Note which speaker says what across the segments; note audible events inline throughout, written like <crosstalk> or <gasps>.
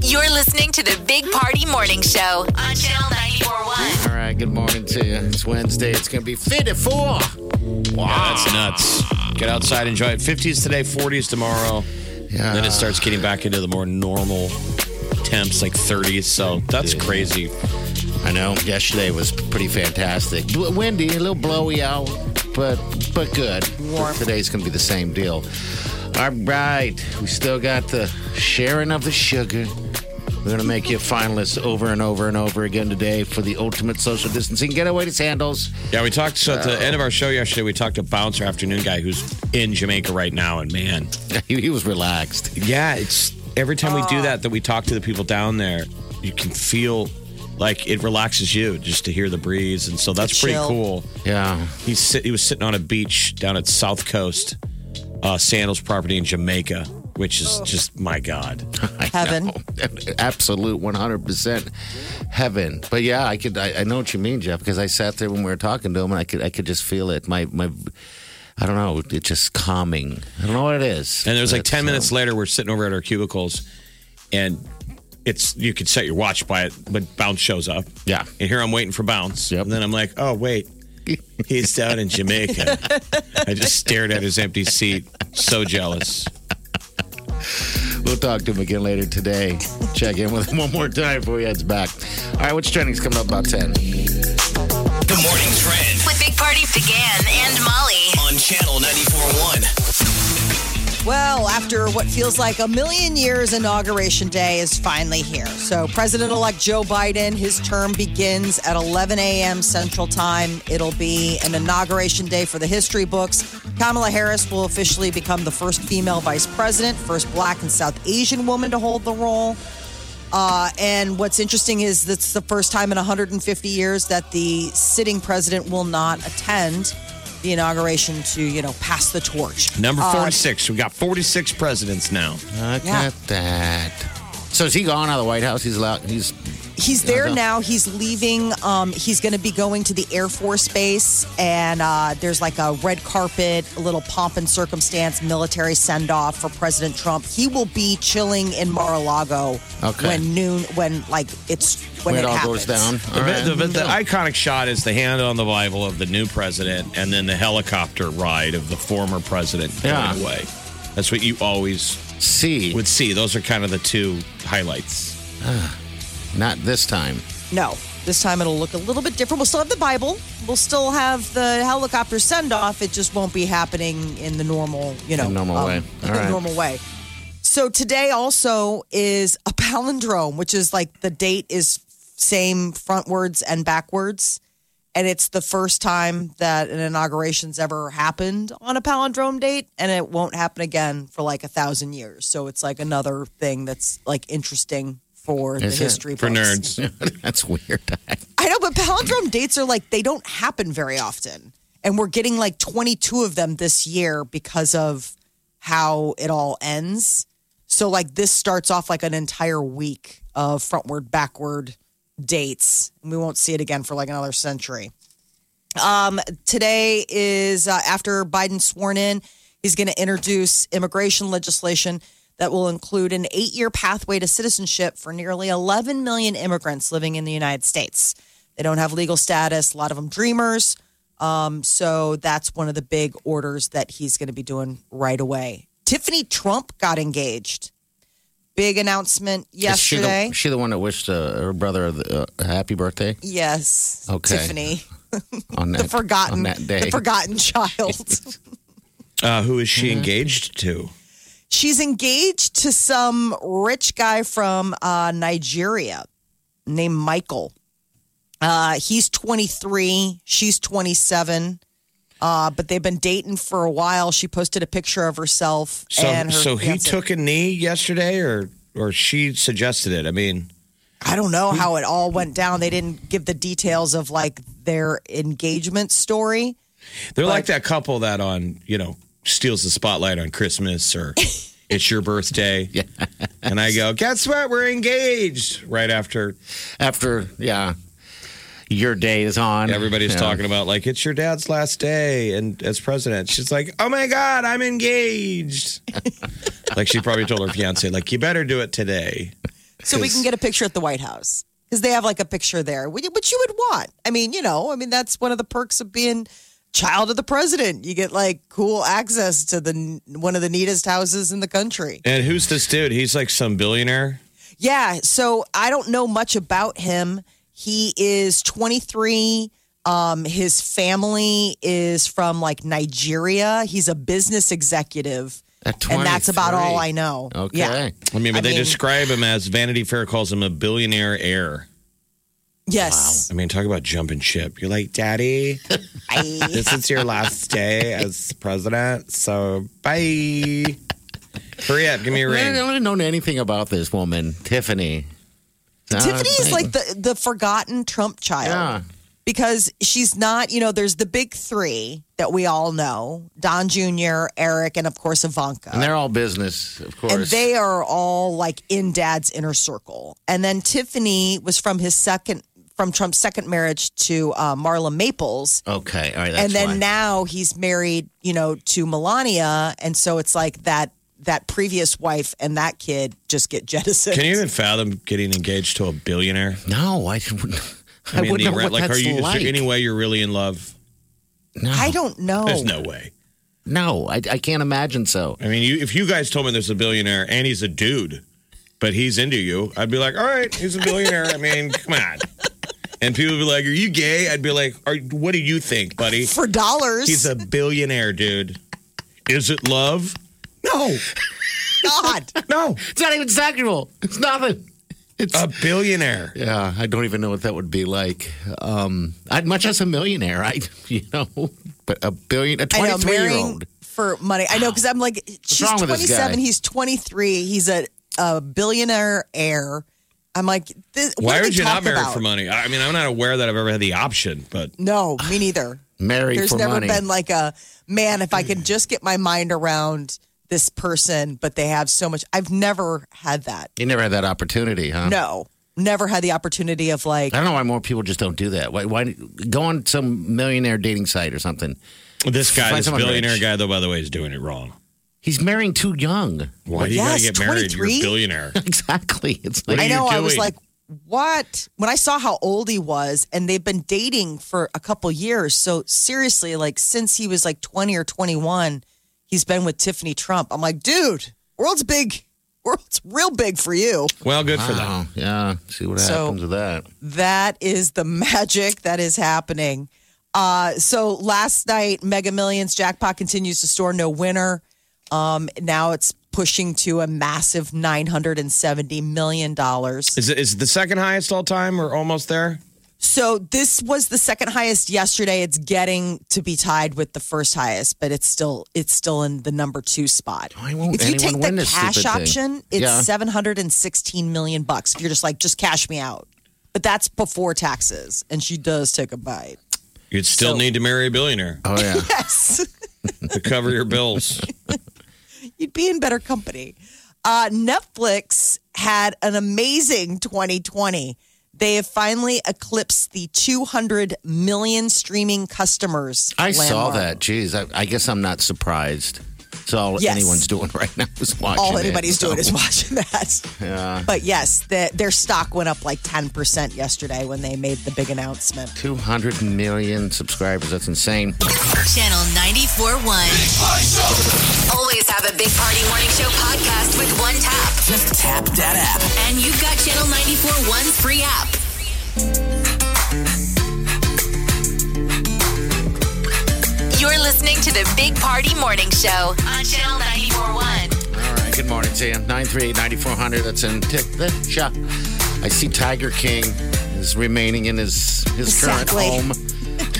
Speaker 1: You're listening to the Big Party Morning Show on Channel 941.
Speaker 2: All right, good morning to you. It's Wednesday. It's going to be 54. Wow.
Speaker 3: That's nuts. Get outside, enjoy it. 50s today, 40s tomorrow.
Speaker 2: Yeah.
Speaker 3: Then it starts getting back into the more normal temps, like 30s. So that's crazy.
Speaker 2: I know. Yesterday was pretty fantastic. Bl- Windy, a little blowy out, but but good. Warm. Today's going to be the same deal. All right, we still got the sharing of the sugar. We're going to make you a finalist over and over and over again today for the ultimate social distancing getaway to Sandals. <laughs>
Speaker 3: Yeah, we talked so at the end of our show yesterday. We talked to Bouncer Afternoon guy who's in Jamaica right now, and man,
Speaker 2: he, he was relaxed.
Speaker 3: yeah, it's every time we do that that we talk to the people down there, you can feel like it relaxes you just to hear the breeze, and so that's pretty cool.
Speaker 2: Yeah.
Speaker 3: He's sit, he was sitting on a beach down at South Coast uh, Sandals property in Jamaica, which is just my god.
Speaker 4: Heaven.
Speaker 2: <laughs> absolute 100% heaven but yeah i could I, I know what you mean jeff because i sat there when we were talking to him and i could i could just feel it my my i don't know it's just calming i don't know what it is
Speaker 3: And there's like
Speaker 2: But,
Speaker 3: ten minutes
Speaker 2: um,
Speaker 3: later, we're sitting over at our cubicles, and it's you could set your watch by it, but Bounce shows up.
Speaker 2: Yeah.
Speaker 3: and here I'm waiting for Bounce.
Speaker 2: Yep.
Speaker 3: And then I'm like, oh wait, he's down in Jamaica. I just stared at his empty seat, so jealous.
Speaker 2: we'll talk to him again later today check in with him <laughs> one more time before he heads back all right what's trending's coming up about 10
Speaker 5: The morning trend
Speaker 1: With Big Party began and Molly.
Speaker 5: on Channel 941.
Speaker 4: Well, after what feels like a million years, Inauguration Day is finally here. So, President elect Joe Biden, his term begins at 11 a.m. Central Time. It'll be an inauguration day for the history books. Kamala Harris will officially become the first female vice president, first black and South Asian woman to hold the role. Uh, and what's interesting is that's the first time in 150 years that the sitting president will not attend the inauguration to, you know, pass the torch.
Speaker 3: Number
Speaker 4: Uh,
Speaker 3: 46. we got 46 presidents now.
Speaker 2: look
Speaker 4: Yeah.
Speaker 2: at that so is he gone out of the white house he's allowed he's
Speaker 4: He's there now. He's leaving. Um, he's going to be going to the Air Force Base, and uh, there's like a red carpet, a little pomp and circumstance, military send off for President Trump. He will be chilling in Mar-a-Lago
Speaker 2: Okay.
Speaker 4: when noon, when like it's when,
Speaker 2: when it all
Speaker 4: happens.
Speaker 2: goes down
Speaker 3: The,
Speaker 2: All right.
Speaker 3: the- the iconic shot is the hand on the Bible of the new president and then the helicopter ride of the former president
Speaker 2: Yeah.
Speaker 3: going away. That's what you always
Speaker 2: see
Speaker 3: would see. Those are kind of the two highlights.
Speaker 2: not this time <laughs>
Speaker 4: No, this time it'll look a little bit different. We'll still have the Bible. We'll still have the helicopter send off. It just won't be happening in the normal, you know, um,
Speaker 2: The normal way. All
Speaker 4: the
Speaker 2: right.
Speaker 4: normal way. So today also is a palindrome, which is like the date is same frontwards and backwards. And it's the first time that an inauguration's ever happened on a palindrome date, and it won't happen again for like a thousand years. So it's like another thing that's like interesting for
Speaker 2: Is
Speaker 4: the
Speaker 2: it?
Speaker 4: history
Speaker 3: For
Speaker 4: books.
Speaker 3: nerds.
Speaker 2: that's weird
Speaker 4: I know, but palindrome dates are like they don't happen very often, and we're getting like 22 of them this year because of how it all ends. So like this starts off like an entire week of frontward backward dates, and we won't see it again for like another century. Um, today is uh, after Biden's sworn in, he's going to introduce immigration legislation that will include an eight year pathway to citizenship for nearly 11 million immigrants living in the United States. They don't have legal status, a lot of them dreamers. Um, so that's one of the big orders that he's going to be doing right away. Tiffany Trump got engaged. Big announcement
Speaker 2: Is she the-
Speaker 4: yesterday.
Speaker 2: She the, one that wished uh, her brother the, uh, happy birthday
Speaker 4: yes.
Speaker 2: Okay. <laughs>
Speaker 4: Tiffany,
Speaker 2: on that
Speaker 4: the forgotten,
Speaker 2: on that day.
Speaker 4: the
Speaker 2: <laughs>
Speaker 4: forgotten child.
Speaker 3: Uh, who is
Speaker 2: Mm-hmm.
Speaker 3: she engaged to?
Speaker 4: She's engaged to some rich guy from uh, Nigeria named Michael. Uh, he's 23, she's 27. Uh, but they've been dating for a while. She posted a picture of herself
Speaker 3: So,
Speaker 4: and her
Speaker 3: so he
Speaker 4: fiancé.
Speaker 3: took a knee yesterday, or or she suggested it. I mean,
Speaker 4: I don't know how it all went down. They didn't give the details of like their engagement story.
Speaker 3: they're like that couple that on you know steals the spotlight on Christmas
Speaker 4: <laughs>
Speaker 3: or it's
Speaker 2: <laughs>
Speaker 3: your birthday. Yeah. And I go, guess what? We're engaged. Right after
Speaker 2: After, yeah, your day is on.
Speaker 3: everybody's
Speaker 2: Yeah.
Speaker 3: talking about like it's your dad's last day and as president, she's like, oh my god, I'm
Speaker 4: <laughs>
Speaker 3: engaged. like she probably told her fiance, like you better do it today.
Speaker 4: So we can get a picture at the White House because they have like a picture there, which which you would want. I mean, you know, I mean, that's one of the perks of being child of the president. You get like cool access to the one of the neatest houses in the country.
Speaker 3: And who's this dude? He's like some billionaire.
Speaker 4: Yeah. So I don't know much about him. He is 23. Um, his family is from like Nigeria. He's a business executive.
Speaker 2: At
Speaker 4: And that's about all
Speaker 2: 23.
Speaker 4: I know.
Speaker 2: Okay.
Speaker 4: Yeah.
Speaker 3: I mean, but they
Speaker 4: I mean-
Speaker 3: describe him as Vanity Fair calls him a billionaire heir.
Speaker 4: Yes.
Speaker 3: I mean, talk about jumping ship. You're like, Daddy, <laughs>
Speaker 4: I-
Speaker 3: this is your last day as president. So bye. Hurry up, give
Speaker 4: <laughs>
Speaker 3: me a
Speaker 2: I
Speaker 3: ring.
Speaker 2: don't know anything about this woman, Tiffany.
Speaker 4: Tiffany is like the, the forgotten Trump child.
Speaker 2: Yeah.
Speaker 4: because she's not, you know, there's the big three that we all know Don Jr., Eric, and of course Ivanka.
Speaker 2: And they're all business, of course.
Speaker 4: And they are all like in dad's inner circle. And then Tiffany was from his second, from Trump's second marriage to uh, Marla Maples.
Speaker 2: okay, all right. That's
Speaker 4: and then
Speaker 2: why.
Speaker 4: now he's married, you know, to Melania. And so it's like that. That previous wife and that kid just get jettisoned.
Speaker 3: Can you even fathom getting engaged to a billionaire?
Speaker 2: No, I, <laughs> wouldn't- I,
Speaker 3: the
Speaker 2: wouldn't know
Speaker 3: ra-
Speaker 2: what
Speaker 3: like,
Speaker 2: that's
Speaker 3: are you?
Speaker 2: like. Oh.
Speaker 3: Is there any way you're really in love?
Speaker 2: no,
Speaker 4: I don't know.
Speaker 3: There's no way.
Speaker 2: no, I, I can't imagine so.
Speaker 3: I mean, you, if you guys told me there's a billionaire and he's a dude, but he's into you, I'd be like, all right, he's a billionaire. I mean, come on. And people would be like, are you gay? I'd be like, are, what do you think, buddy?
Speaker 4: For dollars.
Speaker 3: He's a billionaire, dude. Is it love? No,
Speaker 4: Oh. God.
Speaker 3: no,
Speaker 2: It's not even sexual. It's nothing. It's
Speaker 3: a billionaire.
Speaker 2: yeah. I don't even know what that would be like. Um, I'd much as a millionaire. I <laughs> you know, but a billion, a
Speaker 4: I know,
Speaker 2: twenty-three year
Speaker 4: marrying
Speaker 2: old.
Speaker 4: for money. I know because I'm like, she's
Speaker 2: wrong with this
Speaker 4: 27,
Speaker 2: guy?
Speaker 4: he's 23, he's a, a billionaire heir. I'm like, this, what
Speaker 3: Why
Speaker 4: do
Speaker 3: would
Speaker 4: they
Speaker 3: you not
Speaker 4: talk
Speaker 3: marry
Speaker 4: about?
Speaker 3: for money? I I mean, I'm not aware that I've ever had the option, but
Speaker 4: No, me neither.
Speaker 2: <sighs> Marry
Speaker 4: There's
Speaker 2: for
Speaker 4: never
Speaker 2: money.
Speaker 4: been like a man. If
Speaker 2: <clears throat>
Speaker 4: I can just get my mind around this person, but they have so much. I've never had that.
Speaker 2: you never had that opportunity, huh?
Speaker 4: No, never had the opportunity of like.
Speaker 2: I don't know why more people just don't do that. Why, why go on some millionaire dating site or something?
Speaker 3: this guy,
Speaker 2: Find
Speaker 3: this
Speaker 2: someone
Speaker 3: billionaire
Speaker 2: rich.
Speaker 3: guy, though, by the way, is doing it wrong.
Speaker 2: He's marrying too young. <laughs>
Speaker 3: Why do you
Speaker 4: Yes,
Speaker 3: got to get married? You're a
Speaker 4: 23?
Speaker 3: billionaire.
Speaker 2: Exactly. It's
Speaker 3: What
Speaker 2: like
Speaker 3: are
Speaker 4: I
Speaker 3: you
Speaker 4: know. I was
Speaker 3: doing?
Speaker 4: like, what? When I saw how old he was, and they've been dating for a couple years. So seriously, like since he was like twenty or twenty-one, he's been with Tiffany Trump. I'm like, dude, world's big. World's real big for you.
Speaker 3: Well, good for them.
Speaker 2: wow. Oh, Yeah. See what
Speaker 4: So-
Speaker 2: happens with that.
Speaker 4: That is the magic that is happening. Uh, so last night, Mega Millions jackpot continues to store no winner. Um, now it's pushing to a massive nine hundred and seventy million dollars.
Speaker 3: Is it is it the second highest all time or almost there?
Speaker 4: So this was the second highest yesterday. It's getting to be tied with the first highest, but it's still it's still in the number two spot.
Speaker 2: Why won't
Speaker 4: if you
Speaker 2: anyone
Speaker 4: take
Speaker 2: win
Speaker 4: the
Speaker 2: this
Speaker 4: cash
Speaker 2: stupid thing?
Speaker 4: option, it's
Speaker 2: Yeah.
Speaker 4: seven hundred and sixteen million bucks. If you're just like, just cash me out. But that's before taxes, and she does take a bite. <laughs>
Speaker 3: You'd still
Speaker 4: So-
Speaker 3: need to marry a billionaire
Speaker 2: Oh
Speaker 4: <laughs>
Speaker 2: yeah.
Speaker 4: Yes.
Speaker 3: to cover your <laughs> bills.
Speaker 4: you'd be in better company. Uh, Netflix had an amazing 2020. They have finally eclipsed the 200 million streaming customers.
Speaker 2: I saw
Speaker 4: landmark.
Speaker 2: that. Jeez, I, I guess I'm not surprised. It's all
Speaker 4: Yes.
Speaker 2: anyone's doing <laughs> right now is watching.
Speaker 4: All
Speaker 2: it,
Speaker 4: anybody's
Speaker 2: so.
Speaker 4: doing is watching <laughs> that. But yes, the, their stock went up like 10% yesterday when they made the big announcement.
Speaker 2: 200 million subscribers. That's insane.
Speaker 1: Channel 94.1. Always have a Big Party Morning Show podcast with one tap. Just tap that app. And you've got Channel 94.1's free app. You're listening to the Big Party Morning Show on Channel 94.1.
Speaker 2: All right. Good morning, Sam. 938 9400. That's in Tick the Shop. I see Tiger King is remaining in his, his current
Speaker 4: Exactly.
Speaker 2: home.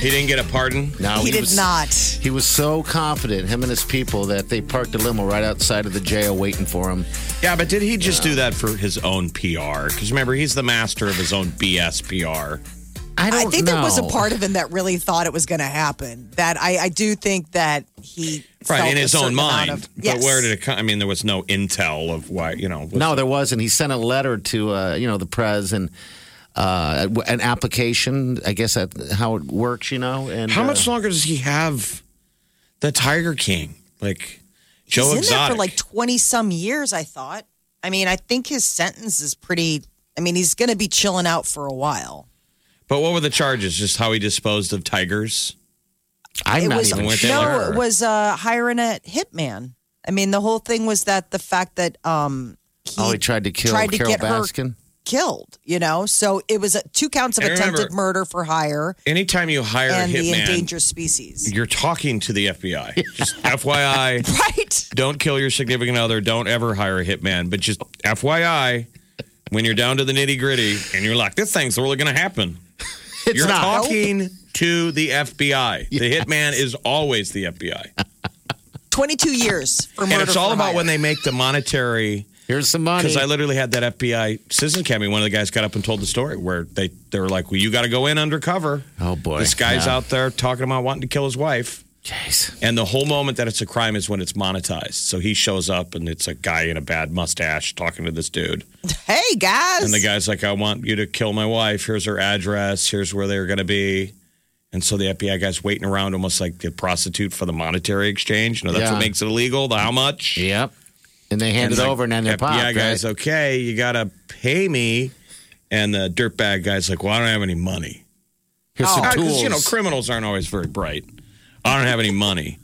Speaker 3: He didn't get a pardon.
Speaker 2: Now
Speaker 4: He did not.
Speaker 2: He was so confident, him and his people, that they parked a limo right outside of the jail waiting for him.
Speaker 3: Yeah, but did he just do that for his own PR? Because remember, he's the master of his own BS
Speaker 2: I
Speaker 3: PR.
Speaker 4: I
Speaker 3: Oh,
Speaker 2: don't
Speaker 4: think there was a
Speaker 2: know.
Speaker 4: part of him that really thought it was going to happen. That I, I do think that he
Speaker 3: Right,
Speaker 4: felt
Speaker 3: in
Speaker 4: a
Speaker 3: his own
Speaker 4: certain amount
Speaker 3: mind.
Speaker 4: Of, yes.
Speaker 3: But where did it come? I mean, there was no intel of why, you know. was-
Speaker 2: No, there wasn't. He sent a letter to uh, you know the press and uh, an application. I guess that how it works, you know. And
Speaker 3: How
Speaker 2: uh,
Speaker 3: much longer does he have the Tiger King? Like, Joe
Speaker 4: He's in
Speaker 3: Exotic.
Speaker 4: there for like twenty some years. I thought. I mean, I think his sentence is pretty. I mean, he's going to be chilling out for a while.
Speaker 3: but what were the charges? Just how he disposed of tigers?
Speaker 2: I'm
Speaker 4: it
Speaker 2: not
Speaker 4: was
Speaker 2: even
Speaker 3: weren't
Speaker 2: sure.
Speaker 3: they
Speaker 4: no,
Speaker 3: like-
Speaker 4: it was uh, hiring a hitman. I mean, the whole thing was that the fact that um, he
Speaker 2: Oh, he tried to kill
Speaker 4: tried to
Speaker 2: Carol
Speaker 4: get her
Speaker 2: Baskin.
Speaker 4: killed. You know, so it was uh two counts of
Speaker 3: And remember-
Speaker 4: attempted murder for hire
Speaker 3: Anytime you hire a
Speaker 4: and the
Speaker 3: hitman,
Speaker 4: endangered species.
Speaker 3: you're talking to the FBI. Just <laughs> FYI.
Speaker 4: Right. <laughs>
Speaker 3: don't kill your significant other. Don't ever hire a hitman. But just FYI, when you're down to the nitty gritty and you're like, this thing's really going to happen,
Speaker 2: It's
Speaker 3: you're
Speaker 2: not.
Speaker 3: talking to the FBI. The hitman is always the FBI.
Speaker 4: 22 years for murder.
Speaker 3: and it's all
Speaker 4: for
Speaker 3: about
Speaker 4: hire.
Speaker 3: when they make the monetary.
Speaker 2: Here's some money.
Speaker 3: Because I literally had that FBI Citizen Academy. One of the guys got up and told the story where they, they were like, well, you got to go in undercover.
Speaker 2: Oh, boy.
Speaker 3: This guy's
Speaker 2: Yeah.
Speaker 3: out there talking about wanting to kill his wife.
Speaker 2: Jeez.
Speaker 3: And the whole moment that it's a crime is when it's monetized. So he shows up and it's a guy in a bad mustache talking to this dude.
Speaker 4: Hey guys,
Speaker 3: And the guy's like, I want you to kill my wife. Here's her address. Here's where they're going to be. And so the FBI guy's waiting around almost like the prostitute for the monetary exchange. You know, that's
Speaker 2: Yeah.
Speaker 3: what makes it illegal, the how much.
Speaker 2: Yep. And they hand it
Speaker 3: it's like,
Speaker 2: over, and then they
Speaker 3: FBI
Speaker 2: pop. right?
Speaker 3: guy's, uh, okay, you got to pay me. And the dirtbag guy's like, well, I don't have any money.
Speaker 2: Here's
Speaker 4: Oh,
Speaker 2: some
Speaker 3: Because,
Speaker 2: tools.
Speaker 3: you know, criminals aren't always very bright. I don't have any money.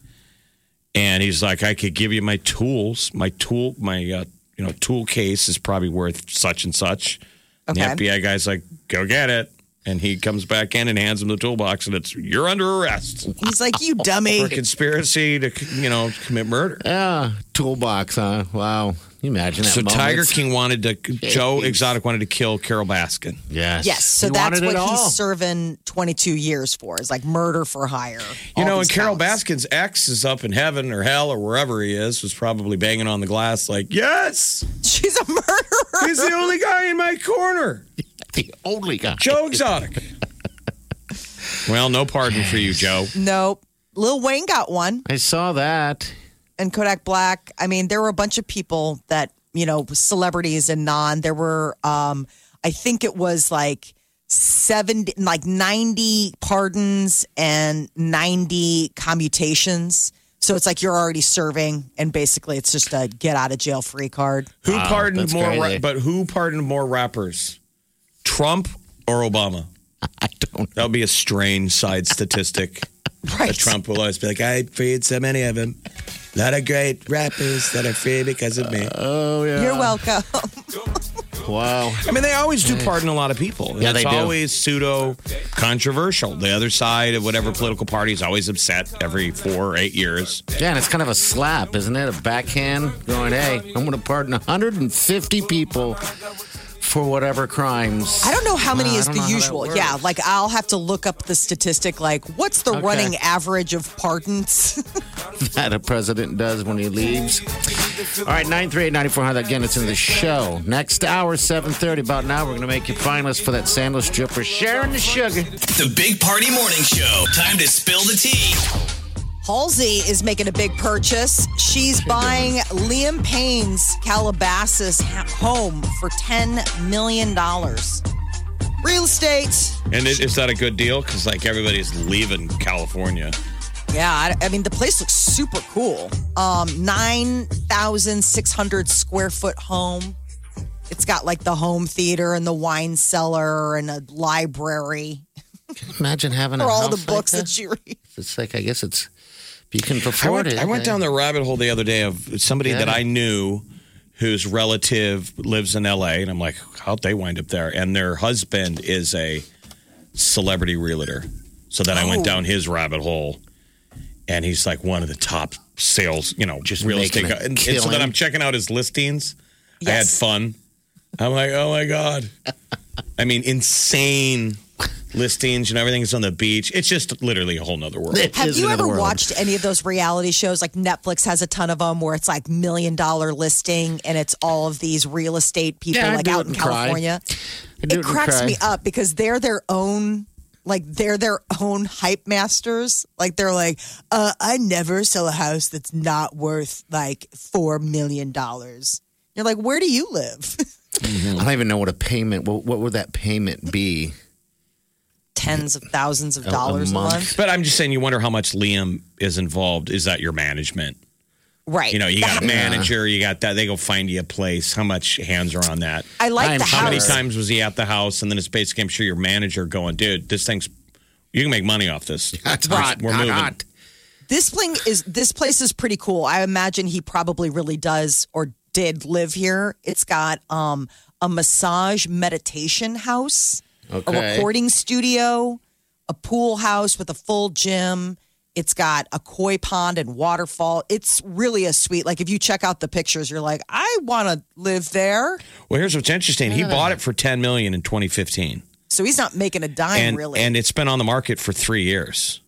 Speaker 3: And he's like, I could give you my tools. My tool, my, uh, you know, tool case is probably worth such and such. And the
Speaker 4: Okay.
Speaker 3: FBI guy's like, go get it. And he comes back in and hands him the toolbox, and it's, you're under arrest
Speaker 4: he's like, you dummy.
Speaker 3: for conspiracy to, you know, commit murder.
Speaker 2: yeah, toolbox, huh? Wow. Can you imagine that.
Speaker 3: So
Speaker 2: moment?
Speaker 3: Tiger King wanted to, Joe Exotic wanted to kill Carol Baskin.
Speaker 2: Yes.
Speaker 4: Yes, so
Speaker 2: He
Speaker 4: that's
Speaker 2: wanted
Speaker 4: what
Speaker 2: it all.
Speaker 4: he's serving 22 years for is like murder for hire.
Speaker 3: You
Speaker 4: all
Speaker 3: know, and
Speaker 4: these
Speaker 3: Carol
Speaker 4: counts.
Speaker 3: Baskin's ex is up in heaven or hell or wherever he is, was probably banging on the glass like, yes,
Speaker 4: <laughs> she's a murderer.
Speaker 3: he's the only guy in my corner,
Speaker 2: the only guy.
Speaker 3: Joe Exotic. well, no pardon for you, Joe.
Speaker 4: nope. Lil Wayne got one,
Speaker 2: I saw that.
Speaker 4: and Kodak Black. I mean, there were a bunch of people that you know, celebrities and non. There were, um, I think it was like. 70 like 90 pardons and 90 commutations so it's like you're already serving and basically it's just a get out of jail free card
Speaker 3: Who pardoned
Speaker 2: that's
Speaker 3: more?
Speaker 2: crazy.
Speaker 3: Ra- but who pardoned more rappers, Trump or Obama?
Speaker 2: I don't.
Speaker 3: That would be a strange side <laughs> statistic.
Speaker 4: <laughs> right
Speaker 3: that Trump will always be like, I freed so many of them. A lot of great rappers that are free because of me.
Speaker 2: Oh yeah.
Speaker 4: You're welcome.
Speaker 2: Wow.
Speaker 3: I mean, they always do pardon a lot of people. And
Speaker 2: Yeah, they
Speaker 3: it's
Speaker 2: do.
Speaker 3: always pseudo controversial. The other side of whatever political party is always upset every four or eight years.
Speaker 2: Yeah, and it's kind of a slap, isn't it? A backhand going, hey, I'm going to pardon 150 people for whatever crimes.
Speaker 4: I don't know how many
Speaker 2: Wow, I
Speaker 4: is
Speaker 2: don't
Speaker 4: the
Speaker 2: know how that
Speaker 4: usual. Yeah,
Speaker 2: works.
Speaker 4: like I'll have to look up the statistic. Like, what's the
Speaker 2: Okay.
Speaker 4: running average of pardons?
Speaker 2: that a president does when he leaves. All right, 938-9400. Again, it's in the show. Next hour, 730. About now, we're going to make you finalists for that sandal strip for sharing the sugar.
Speaker 5: The Big Party Morning Show. Time to spill the tea.
Speaker 4: Halsey is making a big purchase. She's buying Liam Payne's Calabasas ha- home for ten million dollars. Real estate.
Speaker 3: And it, is that a good deal? Because, like, everybody's leaving California.
Speaker 4: Yeah, I, I mean the place looks super cool. Um, nine thousand six hundred square foot home. It's got like the home theater and the wine cellar and a library
Speaker 2: Imagine having a
Speaker 4: for all the
Speaker 2: house
Speaker 4: books
Speaker 2: like
Speaker 4: that you read.
Speaker 2: It's like, I guess it's, if you can
Speaker 3: I
Speaker 2: afford
Speaker 3: went,
Speaker 2: it.
Speaker 3: I went down the rabbit hole the other day of somebody
Speaker 2: Yeah.
Speaker 3: that I knew whose relative lives in LA. And I'm like, how'd they wind up there? And their husband is a celebrity realtor. So then I
Speaker 2: Oh.
Speaker 3: went down his rabbit hole. And he's like one of the top sales, you know, just real
Speaker 2: making
Speaker 3: estate.
Speaker 2: a
Speaker 3: guy. And, and so
Speaker 2: killing.
Speaker 3: then I'm checking out his listings. I had
Speaker 2: <laughs>
Speaker 4: Yes.
Speaker 3: fun. I'm like, oh my God. I mean, insane listings and everything's on the beach. It's just literally a whole nother world.
Speaker 2: It
Speaker 4: Have
Speaker 2: is
Speaker 4: you
Speaker 2: another
Speaker 4: ever
Speaker 2: world.
Speaker 4: watched any of those reality shows? Like Netflix has a ton of them where it's like million dollar listing and it's all of these real estate people
Speaker 2: Yeah, I
Speaker 4: like
Speaker 2: do
Speaker 4: out
Speaker 2: it
Speaker 4: in
Speaker 2: and cry.
Speaker 4: California.
Speaker 2: I do
Speaker 4: It
Speaker 2: and
Speaker 4: cracks
Speaker 2: cry.
Speaker 4: me up because they're their own like they're their own hype masters. Like they're like, uh, I never sell a house that's not worth like four million dollars. You're like, where do you live? <laughs>
Speaker 2: I don't even know what a payment. What, what would that payment
Speaker 4: <laughs>
Speaker 2: be?
Speaker 4: Tens of thousands of
Speaker 2: a
Speaker 4: dollars a
Speaker 2: month.
Speaker 4: month.
Speaker 3: But I'm just saying, you wonder how much Liam is involved. Is that your management?
Speaker 4: Right.
Speaker 3: You know, you got a manager, you got that. They go find you a place. How much hands are on that?
Speaker 4: I like
Speaker 2: I'm
Speaker 4: the
Speaker 3: How many
Speaker 4: house.
Speaker 3: times was he at the house? And then it's basically, I'm sure your manager going, dude, this thing's, you can make money off this.
Speaker 2: <laughs> That's hot.
Speaker 3: We're
Speaker 2: hot,
Speaker 3: moving.
Speaker 2: hot.
Speaker 4: This thing is this place is pretty cool. I imagine he probably really does or did live here. It's got um a massage meditation house,
Speaker 2: Okay.
Speaker 4: a recording studio, a pool house with a full gym. It's got a koi pond and waterfall. It's really a sweet. Like if you check out the pictures, you're like, I want to live there.
Speaker 3: Well, here's what's interesting. He bought it for 10 million in 2015.
Speaker 4: So he's not making a dime
Speaker 3: and
Speaker 4: really.
Speaker 3: and it's been on the market for three years.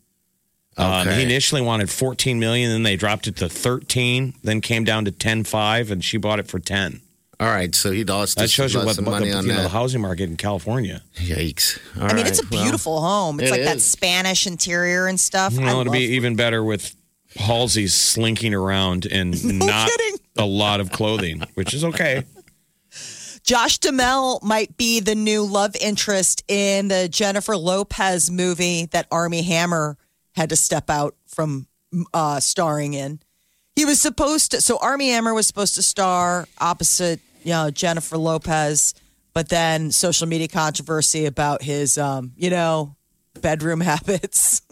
Speaker 3: Um,
Speaker 2: Okay.
Speaker 3: he initially wanted 14 million, then they dropped it to 13, then came down to 10.5, and she bought it for 10.
Speaker 2: All right, so he lost.
Speaker 3: That
Speaker 2: his-
Speaker 3: shows you
Speaker 2: lost
Speaker 3: what
Speaker 2: some
Speaker 3: what
Speaker 2: money
Speaker 3: the, you
Speaker 2: on
Speaker 3: know, the
Speaker 2: that.
Speaker 3: housing market in California.
Speaker 2: Yikes! All
Speaker 4: I mean,
Speaker 2: right,
Speaker 4: it's a
Speaker 2: well,
Speaker 4: beautiful home. It's
Speaker 2: it
Speaker 4: like that
Speaker 2: is.
Speaker 4: Spanish interior and stuff.
Speaker 3: You
Speaker 4: I
Speaker 3: know, it'd
Speaker 4: love
Speaker 3: be even better with Halsey slinking around
Speaker 4: <laughs>
Speaker 3: in not
Speaker 4: kidding.
Speaker 3: a lot of clothing, which is okay.
Speaker 4: Josh Duhamel might be the new love interest in the Jennifer Lopez movie that Army Hammer had to step out from uh, starring in. He was supposed to, so Army Hammer was supposed to star opposite, you know, Jennifer Lopez, but then social media controversy about his, um, you know, bedroom <laughs> habits.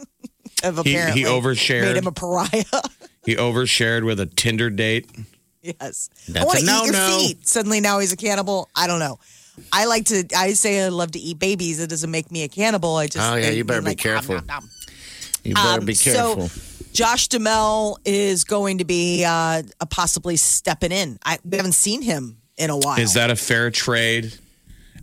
Speaker 4: Have
Speaker 3: he
Speaker 4: apparently
Speaker 3: overshared.
Speaker 4: made him a pariah.
Speaker 3: He overshared with a Tinder date.
Speaker 4: Yes. I
Speaker 2: That's
Speaker 4: want
Speaker 2: a
Speaker 4: to eat your
Speaker 2: no-no.
Speaker 4: feet. Suddenly now he's a cannibal. I don't know. I like to, I say I love to eat babies. It doesn't make me a cannibal. I just,
Speaker 2: Oh, yeah,
Speaker 4: I
Speaker 2: you better
Speaker 4: mean,
Speaker 2: be careful.
Speaker 4: nom, nom, nom.
Speaker 2: You better
Speaker 4: Um,
Speaker 2: be careful.
Speaker 4: So, Josh Duhamel is going to be uh, a possibly stepping in. I we haven't seen him in a while.
Speaker 3: Is that a fair trade?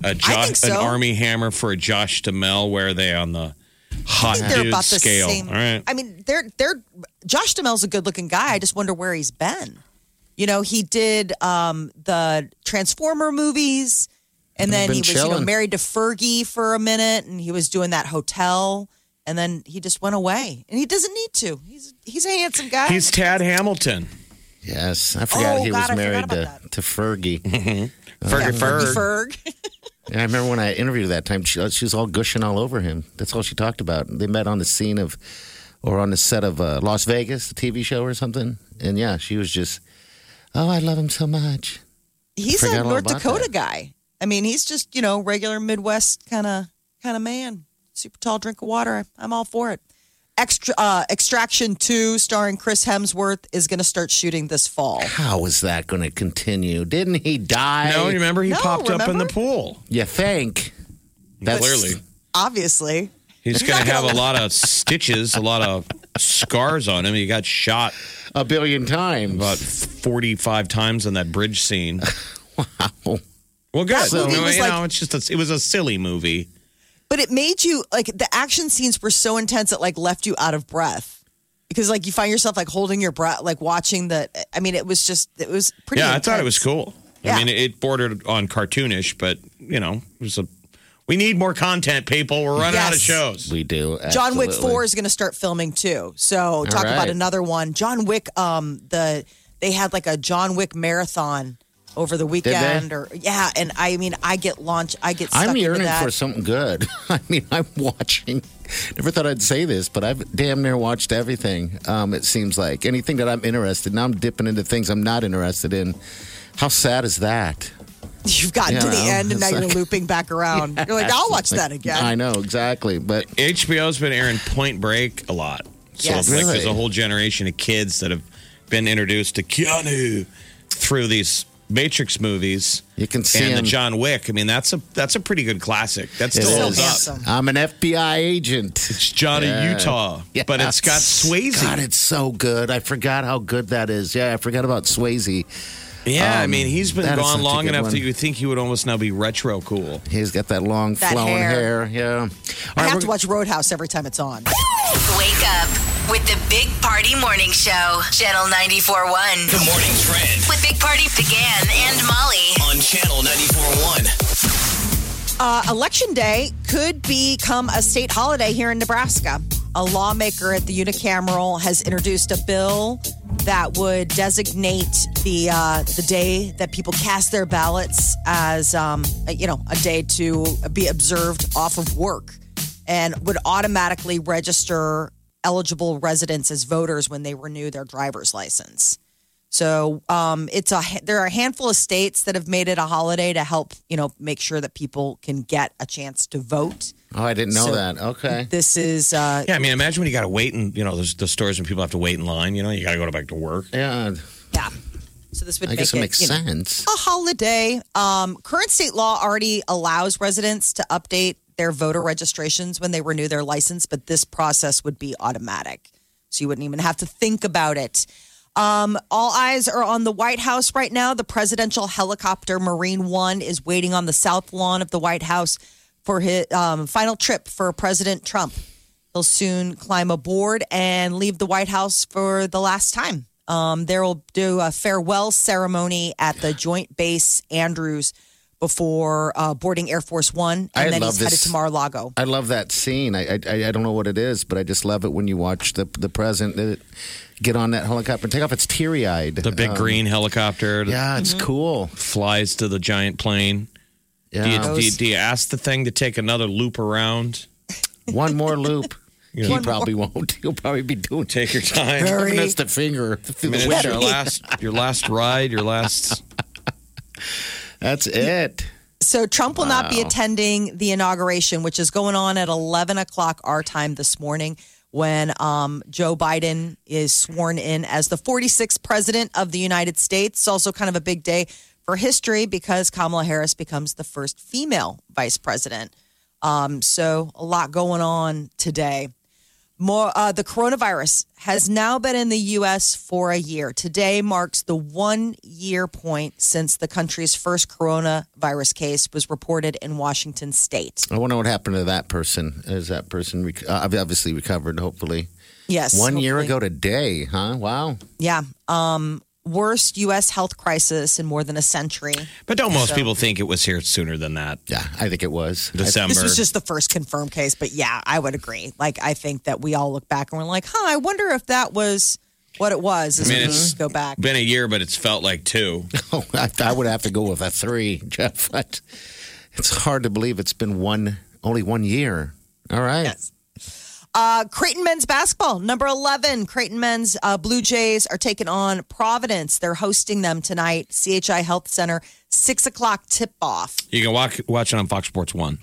Speaker 3: A jo-
Speaker 4: I think so.
Speaker 3: An army hammer for a Josh Demel? Where are they on the
Speaker 4: I
Speaker 3: hot
Speaker 4: think they're
Speaker 3: dude
Speaker 4: about the
Speaker 3: scale?
Speaker 4: same.
Speaker 3: All right.
Speaker 4: I mean, they're they're Josh Duhamel's a good-looking guy. I just wonder where he's been. You know, he did um, the Transformer movies, and then he
Speaker 2: been
Speaker 4: was you know
Speaker 2: chilling.
Speaker 4: married to Fergie for a minute, and he was doing that hotel, and then he just went away, and he doesn't need to. He's he's a handsome guy.
Speaker 3: He's Tad Hamilton.
Speaker 2: yes, I forgot
Speaker 4: Oh,
Speaker 2: he
Speaker 4: God, I
Speaker 2: was
Speaker 4: forgot
Speaker 2: married
Speaker 4: about
Speaker 2: to, to Fergie.
Speaker 3: Fergie Ferg.
Speaker 4: Ferg.
Speaker 2: And I remember when I interviewed her that time, she, she was all gushing all over him. That's all she talked about. They met on the scene of, or on the set of uh, Las Vegas, the TV show or something. And yeah, she was just, oh, I love him so much.
Speaker 4: He's
Speaker 2: Forgot
Speaker 4: a
Speaker 2: all
Speaker 4: North
Speaker 2: about
Speaker 4: Dakota
Speaker 2: that.
Speaker 4: guy. I mean, he's just you know regular Midwest kind of kind of man. Super tall drink of water. I'm all for it. Extra uh, Extraction Two, starring Chris Hemsworth, is going to start shooting this fall.
Speaker 2: How is that going to continue? Didn't he die?
Speaker 3: No, you remember he
Speaker 4: No,
Speaker 3: popped up in
Speaker 4: remember?
Speaker 3: the pool.
Speaker 2: You think? That's
Speaker 3: Clearly,
Speaker 4: Obviously,
Speaker 3: he's going to have a lot
Speaker 4: <laughs>
Speaker 3: of stitches, a lot of scars on him. He got shot
Speaker 2: a billion times.
Speaker 3: about forty-five times in that bridge scene. wow. Well, good.
Speaker 4: That movie
Speaker 3: No,
Speaker 4: was
Speaker 3: you
Speaker 4: like-
Speaker 3: know, it's just a, it was a silly movie.
Speaker 4: but it made you like the action scenes were so intense it like left you out of breath because like you find yourself like holding your breath, like watching the. I mean, it was just it was pretty.
Speaker 3: Yeah, I thought it
Speaker 4: intense.
Speaker 3: was cool.
Speaker 4: Yeah.
Speaker 3: I mean, it bordered on cartoonish, but you know, it was a. We need more content, people. We're running out of
Speaker 4: Yes.
Speaker 3: shows.
Speaker 2: we do.
Speaker 4: John Wick
Speaker 2: absolutely.
Speaker 4: 4 is going to start filming too. So talk
Speaker 2: right.
Speaker 4: about another one. John Wick um the they had like a John Wick marathon over the
Speaker 2: they?
Speaker 4: weekend or yeah, and I mean I get launched I get stuck
Speaker 2: I'm
Speaker 4: into
Speaker 2: yearning
Speaker 4: <laughs> that.
Speaker 2: for something good. <laughs> I mean, I'm watching. Never thought I'd say this, but I've damn near watched everything. Um, it seems like anything that I'm interested. Now I'm dipping into things I'm not interested in. How sad is that?
Speaker 4: You've gotten to
Speaker 2: you
Speaker 4: the
Speaker 2: know,
Speaker 4: end and now
Speaker 2: it's
Speaker 4: you're
Speaker 2: like-
Speaker 4: looping back around. You're
Speaker 2: <laughs>
Speaker 4: like I'll watch that again.
Speaker 2: I know exactly, but
Speaker 3: HBO's been airing Point Break a lot, so it's
Speaker 4: Yes.
Speaker 3: like there's a
Speaker 2: Really?
Speaker 3: whole generation of kids that have been introduced to Keanu through these Matrix movies.
Speaker 2: you can see
Speaker 3: and the
Speaker 2: him.
Speaker 3: John Wick. I mean, that's a that's a pretty good classic. That still
Speaker 4: is.
Speaker 3: holds
Speaker 4: So
Speaker 3: up.
Speaker 4: handsome.
Speaker 2: I'm an FBI agent.
Speaker 3: It's Johnny
Speaker 2: Yeah.
Speaker 3: Utah,
Speaker 2: Yeah.
Speaker 3: <laughs> but it's got Swayze.
Speaker 2: God, it's so good. I forgot how good that is. Yeah, I forgot about Swayze.
Speaker 3: Yeah, I mean, he's been
Speaker 2: that is such
Speaker 3: gone
Speaker 2: a
Speaker 3: long
Speaker 2: good
Speaker 3: enough
Speaker 2: one.
Speaker 3: Um, that you would think he would almost now be retro cool.
Speaker 2: He's got that long
Speaker 4: That
Speaker 2: flowing hair.
Speaker 4: hair.
Speaker 2: Yeah. All
Speaker 4: I
Speaker 2: right,
Speaker 4: have
Speaker 2: we're-
Speaker 4: to watch Roadhouse every time it's on.
Speaker 1: Wake up with the Big Party Morning Show, Channel 94.1.
Speaker 5: The morning trend
Speaker 1: With Big Party began and Molly.
Speaker 5: on channel 94.1.
Speaker 4: Uh, election day could become a state holiday here in Nebraska. A lawmaker at the unicameral has introduced a bill that would designate the uh, the day that people cast their ballots as um, you know a day to be observed off of work, and would automatically register eligible residents as voters when they renew their driver's license. So um, it's a there are a handful of states that have made it a holiday to help you know make sure that people can get a chance to vote.
Speaker 2: Oh, I didn't know
Speaker 4: So-
Speaker 2: that. Okay.
Speaker 4: This is uh,
Speaker 3: Yeah, I mean, imagine when you got to wait and you know, there's the stores when people have to wait in line. You know, you got to go back to work.
Speaker 2: Yeah.
Speaker 4: yeah. So this would
Speaker 2: I
Speaker 4: make
Speaker 2: guess it,
Speaker 4: it,
Speaker 2: makes
Speaker 4: you know,
Speaker 2: sense.
Speaker 4: a holiday. Um, current state law already allows residents to update their voter registrations when they renew their license, but this process would be automatic. So you wouldn't even have to think about it. Um, all eyes are on the White House right now. The presidential helicopter Marine One is waiting on the south lawn of the White House for his um, final trip for President Trump. He'll soon climb aboard and leave the White House for the last time. Um, there will do a farewell ceremony at the Joint Base Andrews before uh, boarding Air Force One, and
Speaker 2: I
Speaker 4: then
Speaker 2: love
Speaker 4: he's headed
Speaker 2: this.
Speaker 4: to Mar-a-Lago.
Speaker 2: I love that scene. I, I I- I don't know what it is, but I just love it when you watch the the present uh, get on that helicopter and take off. It's teary eyed.
Speaker 3: The big green helicopter that
Speaker 2: Yeah,
Speaker 4: Mm-hmm.
Speaker 2: it's cool.
Speaker 3: flies to the giant plane.
Speaker 2: Yeah.
Speaker 3: Do,
Speaker 4: <laughs>
Speaker 3: you, do, you, do you ask the thing to take another loop around?
Speaker 2: One more
Speaker 3: <laughs>
Speaker 2: loop. He
Speaker 3: One
Speaker 2: probably won't. <laughs> He'll probably be doing
Speaker 3: Take your time. I
Speaker 2: Very the finger through
Speaker 3: mean,
Speaker 2: the
Speaker 3: it's your
Speaker 2: window.
Speaker 3: last, your last ride, your <laughs> last.
Speaker 2: That's it.
Speaker 4: So Trump will not be attending the inauguration, which is going on at 11 o'clock our time this morning when um, Joe Biden is sworn in as the 46th president of the United States. It's also kind of a big day for history because Kamala Harris becomes the first female vice president. Um, so a lot going on today. More, uh, the coronavirus has now been in the U.S. for a year. Today marks the one-year point since the country's first coronavirus case was reported in Washington State.
Speaker 2: I wonder what happened to that person. Is that person rec- uh, obviously recovered? Hopefully,
Speaker 4: Yes,
Speaker 2: one year
Speaker 4: hopefully.
Speaker 2: ago today, huh? Wow.
Speaker 4: Yeah, um, worst U.S. health crisis in more than a century.
Speaker 3: But don't most
Speaker 4: So-
Speaker 3: people think it was here sooner than that?
Speaker 2: Yeah, I think it was I-
Speaker 3: December.
Speaker 4: This was just the first confirmed case, but yeah, I would agree. Like, I think that we all look back and we're like, "Huh, I wonder if that was what it was." As
Speaker 3: I mean,
Speaker 4: we
Speaker 3: it's-
Speaker 4: go back.
Speaker 3: been a year, but it's felt like <laughs> two.
Speaker 2: <laughs> Oh, I, I would have to go with a three, <laughs> Jeff. But it's hard to believe it's been one, only one year. All right.
Speaker 4: Uh, Creighton men's basketball, number 11. Creighton men's uh, Blue Jays are taking on Providence. They're hosting them tonight, CHI Health Center, 6 o'clock tip off.
Speaker 3: You can walk, watch it on Fox Sports One.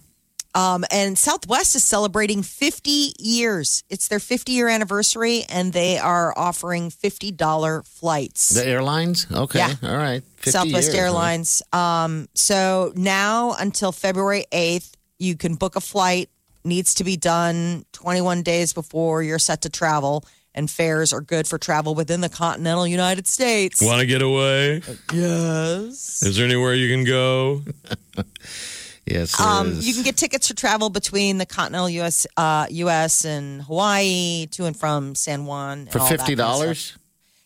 Speaker 4: Um, and Southwest is celebrating 50 years. It's their 50 year anniversary, and they are offering $50 flights.
Speaker 2: The airlines. Okay.
Speaker 4: Yeah.
Speaker 2: All right. 50
Speaker 4: Southwest
Speaker 2: years, huh?
Speaker 4: Airlines. Um, so now until February 8th, you can book a flight. Needs to be done 21 days before you're set to travel. And fares are good for travel within the continental United States.
Speaker 3: Want to get away?
Speaker 4: Yes.
Speaker 3: Is there anywhere you can go?
Speaker 2: Yes. there
Speaker 4: Um,
Speaker 2: is.
Speaker 4: you can get tickets for travel between the continental U.S. Uh, U.S. and Hawaii to and from San Juan and
Speaker 2: for
Speaker 4: all that
Speaker 2: fifty
Speaker 4: kind of stuff.
Speaker 2: dollars.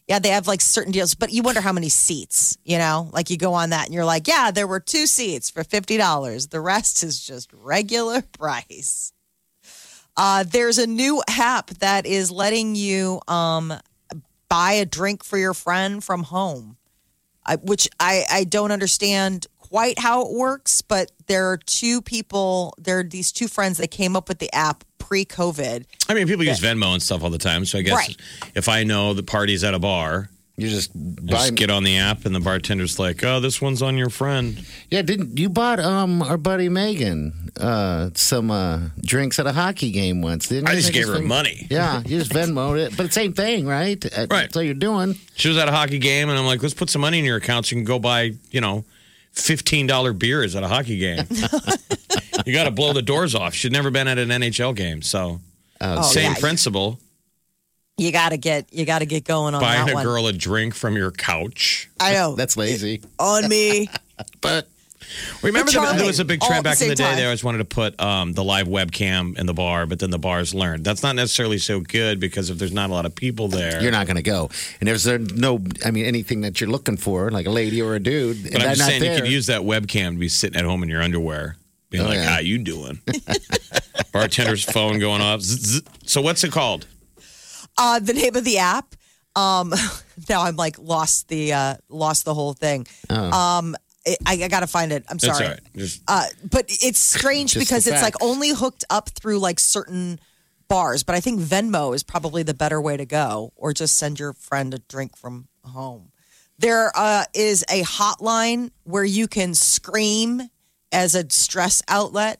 Speaker 4: Yeah, they have like certain deals, but you wonder how many seats, you know? Like you go on that and you're like, yeah, there were two seats for $50. The rest is just regular <laughs> price. Uh, there's a new app that is letting you um, buy a drink for your friend from home, I, which I, I don't understand quite how it works, but there are two people, there are these two friends that came up with the app pre COVID.
Speaker 3: I mean, people use Venmo and stuff all the time. So I guess
Speaker 4: Right.
Speaker 3: if I know the party's at a bar,
Speaker 2: You just
Speaker 3: I
Speaker 2: buy.
Speaker 3: just get on the app and the bartender's like, oh, this one's on your friend.
Speaker 2: yeah. Didn't you bought um our buddy Megan uh some uh drinks at a hockey game once? Didn't
Speaker 3: I
Speaker 2: you?
Speaker 3: just gave her
Speaker 2: Ven-
Speaker 3: money.
Speaker 2: Yeah, you just Venmoed it, but same thing, right? Uh,
Speaker 3: Right.
Speaker 2: So you're doing.
Speaker 3: She was at a hockey game, and I'm like, let's put some money in your account so you can go buy, you know, $15 beers at a hockey <laughs> game. you got to blow the doors off. She'd never been at an NHL game. So,
Speaker 4: Oh,
Speaker 3: same
Speaker 4: yeah.
Speaker 3: principle.
Speaker 4: You gotta get you gotta get going on
Speaker 3: Buying
Speaker 4: that
Speaker 3: a
Speaker 4: one.
Speaker 3: girl a drink from your couch.
Speaker 4: I know.
Speaker 2: That's lazy.
Speaker 4: on me.
Speaker 2: But
Speaker 3: Remember, the,
Speaker 4: But Charlie,
Speaker 3: there was a big
Speaker 4: all
Speaker 3: trend
Speaker 4: at the
Speaker 3: back in the
Speaker 4: same
Speaker 3: day.
Speaker 4: time.
Speaker 3: They always wanted to put um, the live webcam in the bar, but then the bars learned that's not necessarily so good because if there's not a lot of people there,
Speaker 2: you're not going to go. And there's there no, I mean, anything that you're looking for, like a lady or a dude. and
Speaker 3: But
Speaker 2: they're
Speaker 3: I'm just
Speaker 2: not
Speaker 3: saying you
Speaker 2: there.
Speaker 3: could use that webcam to be sitting at home in your underwear, being
Speaker 2: Oh,
Speaker 3: like,
Speaker 2: yeah.
Speaker 3: "How you
Speaker 2: <laughs>
Speaker 3: doing?" Bartender's phone going off. Zzz, zzz. So what's it called?
Speaker 4: Uh, the name of the app. Um, <laughs> now I'm like lost the uh, lost the whole thing.
Speaker 2: Oh.
Speaker 4: Um, I, I gotta find it. I'm
Speaker 3: That's
Speaker 4: sorry.
Speaker 3: all right. Just-
Speaker 4: Uh, but it's strange
Speaker 2: Just
Speaker 4: because
Speaker 2: the
Speaker 4: it's like
Speaker 2: facts.
Speaker 4: only hooked up through like certain bars. But I think Venmo is probably the better way to go, or just send your friend a drink from home. There uh, is a hotline where you can scream as a stress outlet.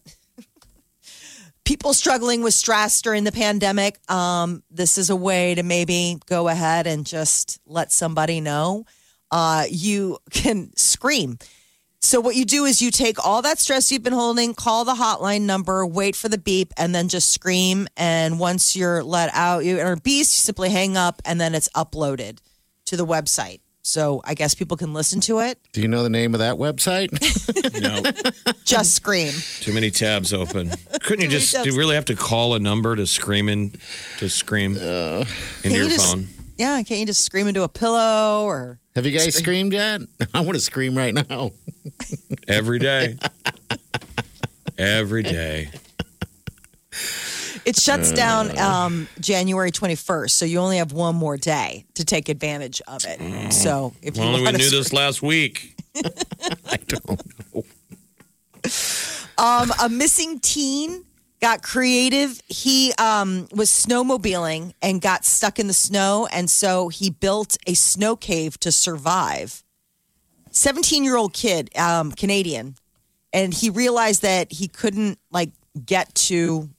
Speaker 4: People struggling with stress during the pandemic. Um, this is a way to maybe go ahead and just let somebody know. Uh, you can scream. So what you do is you take all that stress you've been holding, call the hotline number, wait for the beep, and then just scream. And once you're let out, you or beast, you simply hang up, and then it's uploaded to the website. So I guess people can listen to it.
Speaker 2: Do you know the name of that
Speaker 3: <laughs>
Speaker 2: website?
Speaker 3: No,
Speaker 4: Just scream.
Speaker 3: too many tabs open. Couldn't you
Speaker 4: <laughs> Too many
Speaker 3: just? Do
Speaker 4: tabs.
Speaker 3: you really have to call a number to scream in, to
Speaker 2: Uh,
Speaker 3: scream into
Speaker 4: Can
Speaker 3: your
Speaker 4: you just-
Speaker 3: phone?
Speaker 4: Yeah, can't you just scream into a pillow or?
Speaker 2: Have you guys screamed yet? <laughs> I want to scream right now.
Speaker 3: Every
Speaker 2: <laughs>
Speaker 3: day. Every day.
Speaker 4: It shuts
Speaker 3: Mm.
Speaker 4: down um, January 21st, so you only have one more day to take advantage of it. So if you
Speaker 3: Mm. <laughs> Well, we
Speaker 4: wanna
Speaker 3: knew this last week.
Speaker 4: Um, a missing teen got creative. He um, was snowmobiling and got stuck in the snow, and so he built a snow cave to survive. 17 year old kid, um, Canadian, and he realized that he couldn't like get to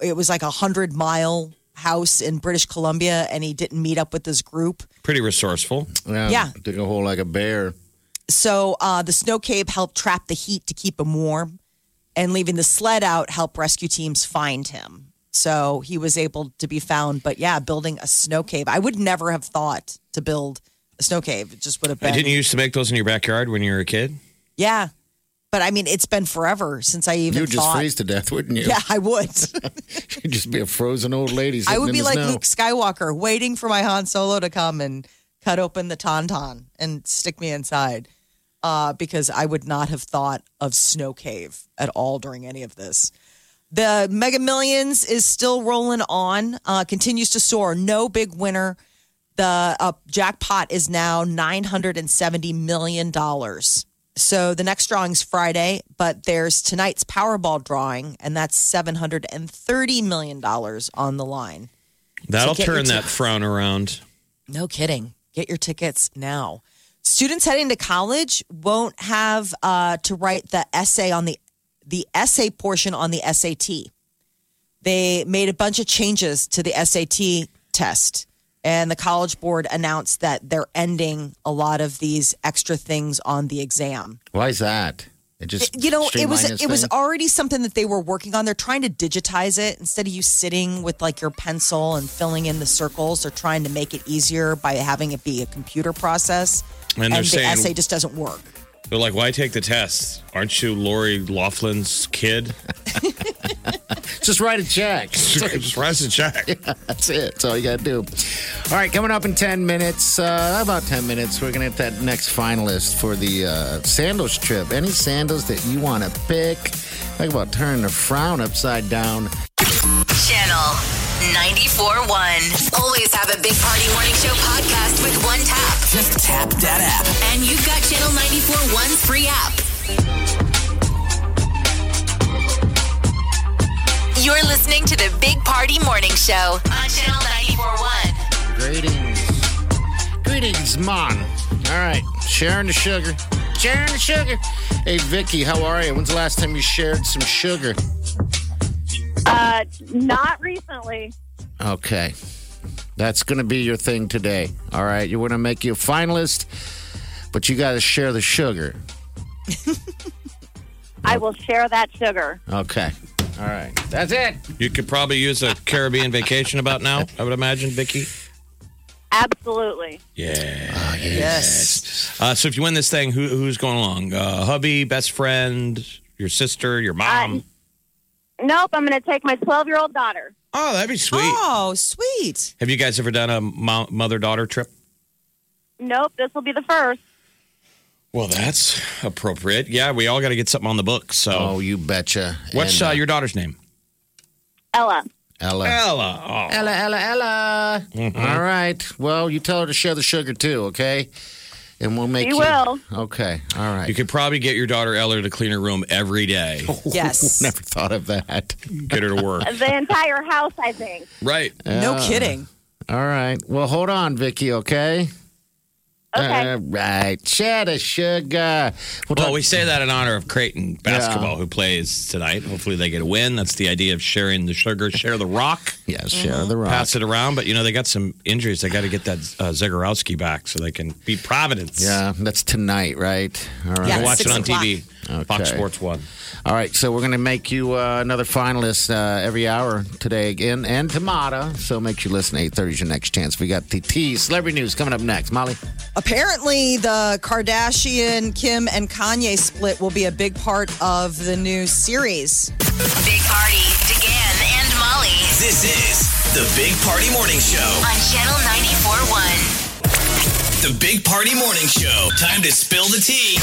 Speaker 4: it was like a hundred mile house in British Columbia, and he didn't meet up with his group.
Speaker 3: Pretty resourceful.
Speaker 4: Yeah.
Speaker 2: Dig a hole like a bear.
Speaker 4: So uh, the snow cave helped trap the heat to keep him warm, and leaving the sled out helped rescue teams find him. So he was able to be found. But yeah, building a snow cave, I would never have thought to build a snow cave. It just would have been.
Speaker 3: Didn't you used to make those in your backyard when you were a kid?
Speaker 4: Yeah, but I mean, it's been forever since I even
Speaker 2: You would just
Speaker 4: thought.
Speaker 2: freeze to death, wouldn't you?
Speaker 4: <laughs> Yeah, I would.
Speaker 2: <laughs> You'd just be a frozen old lady.
Speaker 4: I
Speaker 2: sitting
Speaker 4: would
Speaker 2: in
Speaker 4: be
Speaker 2: the
Speaker 4: like
Speaker 2: snow.
Speaker 4: Luke Skywalker, waiting for my Han Solo to come and cut open the tauntaun and stick me inside, uh, because I would not have thought of snow cave at all during any of this. The Mega Millions is still rolling on, uh, continues to soar. No big winner. The uh, jackpot is now nine hundred and seventy million dollars. So the next drawing's Friday, but there's tonight's Powerball drawing, and that's seven hundred and thirty million dollars on the line.
Speaker 3: That'll
Speaker 4: get
Speaker 3: turn
Speaker 4: your
Speaker 3: that frown around.
Speaker 4: No kidding. Get your tickets now. Students heading to college won't have uh, to write the essay on the the essay portion on the SAT. They made a bunch of changes to the SAT test, and the college board announced that they're ending a lot of these extra things on the exam.
Speaker 2: Why is that? It just
Speaker 4: You know, it was
Speaker 2: streamlined this
Speaker 4: it was
Speaker 2: thing?
Speaker 4: already something that they were working on. They're trying to digitize it instead of you sitting with like your pencil and filling in the circles. They're trying to make it easier by having it be a computer process.
Speaker 3: And they're
Speaker 4: the
Speaker 3: saying-
Speaker 4: essay just doesn't work.
Speaker 3: They're like, why take the test? Aren't you Lori Laughlin's
Speaker 4: <laughs>
Speaker 3: kid? <laughs>
Speaker 2: just write a check.
Speaker 4: <laughs>
Speaker 2: <laughs>
Speaker 3: Just rise and check.
Speaker 2: That's it. That's all you got to do. All right, coming up in 10 minutes, uh, about 10 minutes, we're going to have that next finalist for the uh, sandals trip. Any sandals that you want to pick? Talk about turning a frown upside down.
Speaker 1: Channel 94.1. Always have a Big Party Morning Show podcast with one tap. Just tap that app. And you've got Channel 94.1's free app. You're listening to the Big Party Morning Show on Channel 94.1.
Speaker 2: Greetings. Greetings, Mon. All right, sharing the sugar. Sharing the sugar. Hey, Vicky, how are you? When's the last time you shared some sugar?
Speaker 6: Uh, not recently.
Speaker 2: Okay. That's going to be your thing today. All right. You want to make you a finalist, but you got to share the sugar.
Speaker 6: I will share that sugar.
Speaker 2: Okay. All right. That's it.
Speaker 3: You could probably use a Caribbean vacation about now, I would imagine, Vicky.
Speaker 6: Absolutely.
Speaker 3: Yeah.
Speaker 4: Yes.
Speaker 3: Uh, so if you win this thing, who, who's going along? Uh, hubby, best friend, your sister, your mom.
Speaker 6: Nope, I'm going to take my 12 year old daughter.
Speaker 3: oh, that'd be sweet.
Speaker 4: Oh,
Speaker 3: <laughs>
Speaker 4: sweet.
Speaker 3: Have you guys ever done a mo- mother daughter trip?
Speaker 6: Nope, this will be the first.
Speaker 3: Well, that's appropriate. Yeah, we all got to get something on the book.
Speaker 2: Oh,
Speaker 3: So,
Speaker 2: you betcha.
Speaker 3: what's uh,
Speaker 2: And,
Speaker 3: your daughter's name?
Speaker 6: Ella.
Speaker 2: Ella?
Speaker 3: Ella. Oh.
Speaker 2: Ella, Ella, Ella.
Speaker 3: Mm-hmm.
Speaker 2: All right. Well, you tell her to share the sugar too, okay? And we'll make
Speaker 6: She
Speaker 2: you.
Speaker 6: will.
Speaker 2: Okay. All right. <laughs>
Speaker 3: You could probably get your daughter Ella to clean her room every <laughs> day.
Speaker 4: Yes.
Speaker 2: Never thought of that.
Speaker 3: Get her to work.
Speaker 6: The entire house, I think.
Speaker 3: right.
Speaker 4: No
Speaker 2: Yeah.
Speaker 4: kidding.
Speaker 2: All right. Well, hold on, Vicky. Okay.
Speaker 6: Okay.
Speaker 2: All right. Share the sugar. We'll
Speaker 3: Well,
Speaker 2: talk-
Speaker 3: we say that in honor of Creighton basketball, who plays tonight. Hopefully, they get a win. That's the idea of sharing the sugar, share the rock,
Speaker 2: yeah,
Speaker 6: Mm-hmm.
Speaker 2: share the rock.
Speaker 3: pass it around. But you know, they got some injuries. They got to get that uh, Zagorowski back so they can beat Providence.
Speaker 2: Yeah, that's tonight, right? All right.
Speaker 4: Yeah.
Speaker 3: Go watch
Speaker 4: Six
Speaker 3: it on
Speaker 4: o'clock.
Speaker 3: TV. Fox
Speaker 2: Okay.
Speaker 3: Sports One.
Speaker 2: All right. So we're going to make you uh, another finalist uh, every hour today again and tomorrow. So make sure you listen. 8.30 is your next chance. We got the T celebrity news coming up next. Molly?
Speaker 4: Apparently, the Kardashian, Kim, and Kanye split will be a big part of the new series.
Speaker 1: Big Party, DeGan and Molly
Speaker 5: This is the Big Party Morning Show.
Speaker 1: on Channel 94.1.
Speaker 5: The Big Party Morning Show. Time to spill the tea.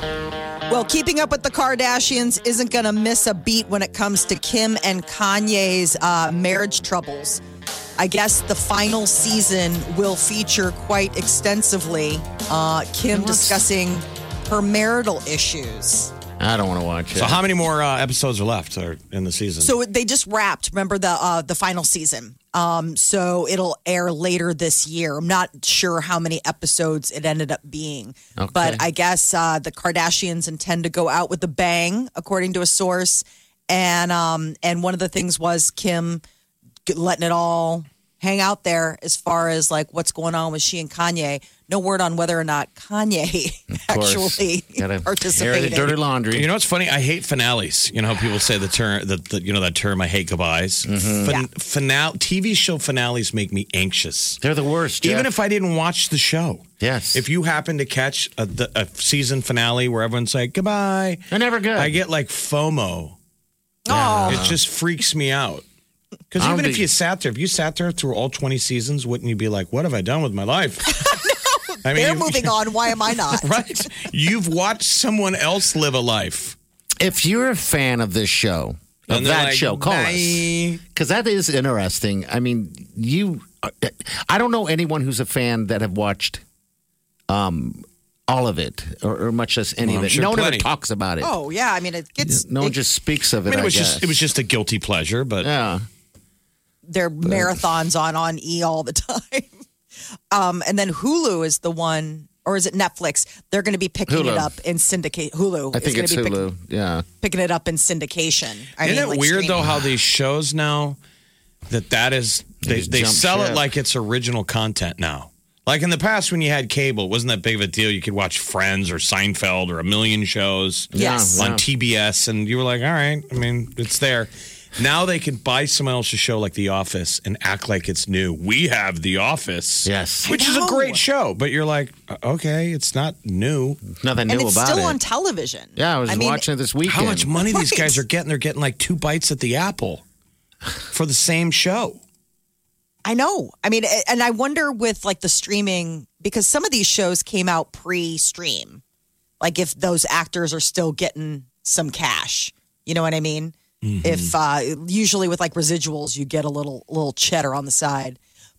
Speaker 4: Well, keeping up with the Kardashians isn't going to miss a beat when it comes to Kim and Kanye's uh, marriage troubles. I guess the final season will feature quite extensively uh, Kim discussing her marital issues.
Speaker 2: I don't want to watch it.
Speaker 3: So, how many more uh, episodes are left uh, in the season?
Speaker 4: So they just wrapped. Remember the uh, the final season. Um, so it'll air later this year. I'm not sure how many episodes it ended up being,
Speaker 2: Okay.
Speaker 4: but I guess uh, the Kardashians intend to go out with a bang, according to a source. And um, and one of the things was Kim g- letting it all hang out there as far as like what's going on with she and Kanye. No word on whether or not Kanye <laughs>
Speaker 2: course.
Speaker 4: actually <laughs>
Speaker 2: Gotta air the
Speaker 4: participated.
Speaker 2: dirty laundry.
Speaker 3: You know what's funny? I hate finales. You know how people say the term that the, you know that term. I hate goodbyes.
Speaker 2: Mm-hmm.
Speaker 3: Fin- Finale TV show finales make me anxious.
Speaker 2: They're the worst.
Speaker 3: Even
Speaker 2: Jeff.
Speaker 3: if I didn't watch the show.
Speaker 2: Yes.
Speaker 3: If you happen to catch a, the, a season finale where everyone's like goodbye,
Speaker 2: They're never good.
Speaker 3: I get like FOMO.
Speaker 4: Oh,
Speaker 3: It just freaks me out. Because
Speaker 2: I'll
Speaker 3: even if
Speaker 2: be-
Speaker 3: you sat there, if you sat there through all twenty seasons, wouldn't you be like, "What have I done with
Speaker 2: <laughs>
Speaker 3: my life?" I
Speaker 4: they're
Speaker 3: you-
Speaker 4: moving on. Why am I not?
Speaker 3: <laughs> right? You've watched someone else live a life.
Speaker 2: if you're a fan of this show, of
Speaker 3: And they're
Speaker 2: that
Speaker 3: like,
Speaker 2: show, call us.
Speaker 3: "Bye."
Speaker 2: Because that is interesting. I mean, you, I don't know anyone who's a fan that have watched um, all of it or, or much less any
Speaker 3: Well,
Speaker 2: of
Speaker 3: I'm
Speaker 2: it.
Speaker 3: sure
Speaker 2: no one ever
Speaker 3: plenty.
Speaker 2: talks about it.
Speaker 4: <laughs> Oh yeah, I mean it gets
Speaker 2: no one
Speaker 4: it-
Speaker 2: just speaks of it.
Speaker 3: I
Speaker 2: I,
Speaker 3: mean, it was
Speaker 2: guess.
Speaker 3: just it was just a guilty pleasure, but
Speaker 4: Uh,
Speaker 2: Yeah.
Speaker 4: their
Speaker 2: uh,
Speaker 4: marathons on on E all the <laughs> time. Um, and then Hulu is the one, or is it Netflix? They're going to be picking
Speaker 2: Hulu.
Speaker 4: it up in syndicate. Hulu,
Speaker 2: I think
Speaker 4: is
Speaker 2: it's
Speaker 4: going to be pick-
Speaker 2: Hulu. yeah.
Speaker 4: picking it up in syndication. I
Speaker 3: isn't
Speaker 4: mean,
Speaker 3: it
Speaker 4: like
Speaker 3: weird
Speaker 4: streaming.
Speaker 3: though how these shows now that that is they,
Speaker 2: just
Speaker 3: they
Speaker 2: jump
Speaker 3: sell it
Speaker 2: ship.
Speaker 3: like it's original content now. Like in the past when you had cable, it wasn't that big of a deal. You could watch Friends or Seinfeld or a million shows
Speaker 4: Yes.
Speaker 3: on TBS, and you were like, all right, I mean, it's there. Now they can buy someone else's show like The Office and act like it's new. We have The Office.
Speaker 2: Yes.
Speaker 3: Which is a great show, but you're like, okay, it's not new.
Speaker 2: Nothing
Speaker 4: and
Speaker 2: new
Speaker 4: it's
Speaker 2: about
Speaker 4: still
Speaker 2: it.
Speaker 4: on television.
Speaker 2: yeah, I was
Speaker 4: mean,
Speaker 2: watching it this weekend.
Speaker 3: How much money these
Speaker 4: Right.
Speaker 3: guys are getting? They're getting like two bites at the apple for the same show.
Speaker 4: I know. I mean, a- and I wonder with like the streaming because some of these shows came out pre-stream, like if those actors are still getting some cash. You know what I mean? If uh, usually with like residuals, you get a little little cheddar on the side.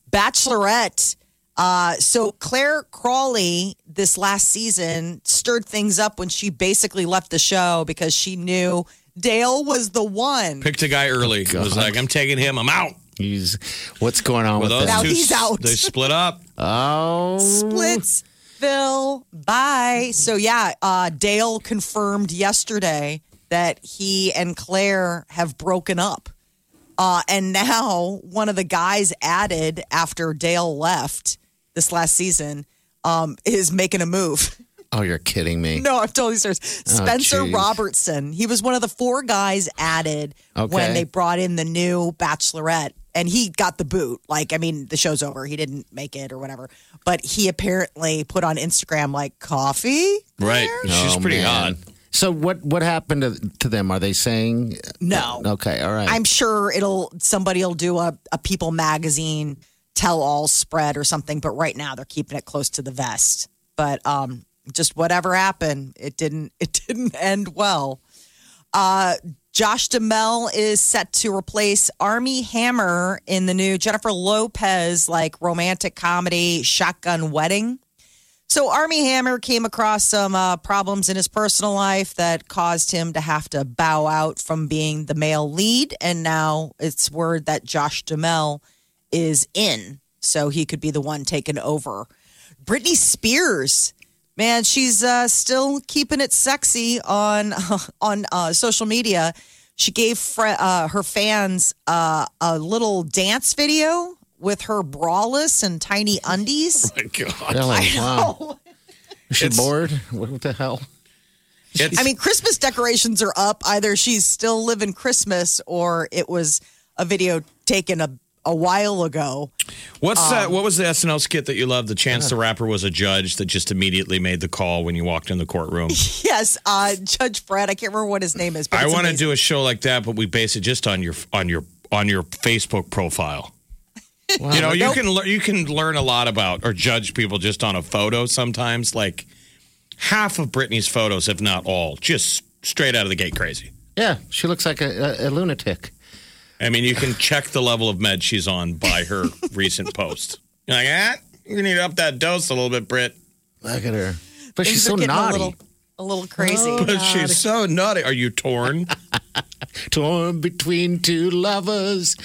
Speaker 4: Bachelorette. Uh, so Claire Crawley this last season stirred things up when she basically left the show because she knew Dale was the one.
Speaker 3: Picked a guy early. It was like, I'm taking him. I'm out.
Speaker 2: He's, what's going on
Speaker 3: Well,
Speaker 2: with
Speaker 3: those
Speaker 2: that?
Speaker 4: Now
Speaker 3: two,
Speaker 4: he's out.
Speaker 3: They split up.
Speaker 2: Oh.
Speaker 4: Splitsville. Bye. So yeah, uh, Dale confirmed yesterday that he and Claire have broken up. Uh, and now one of the guys added after Dale left this last season um, is making a move. <laughs>
Speaker 2: Oh, you're kidding <laughs> me.
Speaker 4: No, I'm totally serious. Spencer
Speaker 2: geez.
Speaker 4: Robertson. He was one of the four guys added
Speaker 2: Okay.
Speaker 4: when they brought in the new Bachelorette, and he got the boot. Like, I mean, the show's over. He didn't make it or whatever. But he apparently put on Instagram like coffee.
Speaker 3: Right. She's
Speaker 2: Oh,
Speaker 3: pretty
Speaker 2: man.
Speaker 3: hot.
Speaker 2: So what what happened to, to them? Are they saying
Speaker 4: No,
Speaker 2: okay? All right.
Speaker 4: I'm sure it'll somebody'll do a, a People magazine tell all spread or something, but right now they're keeping it close to the vest. But um just whatever happened, it didn't <laughs> it didn't end well. Uh Josh Duhamel is set to replace Army Hammer in the new Jennifer Lopez like romantic comedy Shotgun Wedding. So Army Hammer came across some uh, problems in his personal life that caused him to have to bow out from being the male lead, and now it's word that Josh Duhamel is in, so he could be the one taken over. Britney Spears, man, she's uh, still keeping it sexy on <laughs> on uh, social media. She gave fr- uh, her fans uh, a little dance video with her braless and tiny undies.
Speaker 3: <laughs> My God.
Speaker 2: Really? Wow. Is she bored? What the hell?
Speaker 3: It's,
Speaker 4: I mean, Christmas decorations are up. Either she's still living Christmas or it was a video taken a, a while ago.
Speaker 3: what's
Speaker 4: um,
Speaker 3: that? What was the SNL skit that you loved? The Chance the Rapper was a judge that just immediately made the call when you walked in the
Speaker 4: <laughs>
Speaker 3: courtroom.
Speaker 4: Yes, uh, Judge Brad, I can't remember what his name is. But
Speaker 3: I
Speaker 4: it's
Speaker 3: want to
Speaker 4: amazing.
Speaker 3: do a show like that, but we base it just on your on your on your Facebook
Speaker 4: <laughs>
Speaker 3: profile. you know, you can lear- you can learn a lot about or judge people just on a photo. Sometimes, like half of Britney's photos, if not all, just straight out of the gate crazy.
Speaker 2: Yeah, she looks like a, a, a lunatic.
Speaker 3: I mean, you can check the level of med she's on by
Speaker 4: <laughs>
Speaker 3: her recent post. You're like, ah, you need to up that dose a little bit, Brit.
Speaker 2: Look at her. But
Speaker 4: Things
Speaker 2: she's
Speaker 4: are
Speaker 2: so
Speaker 4: getting
Speaker 2: naughty. Oh.
Speaker 4: A little, a little crazy.
Speaker 3: But she's so naughty. Are you
Speaker 4: <laughs>
Speaker 3: torn?
Speaker 2: Torn between two lovers.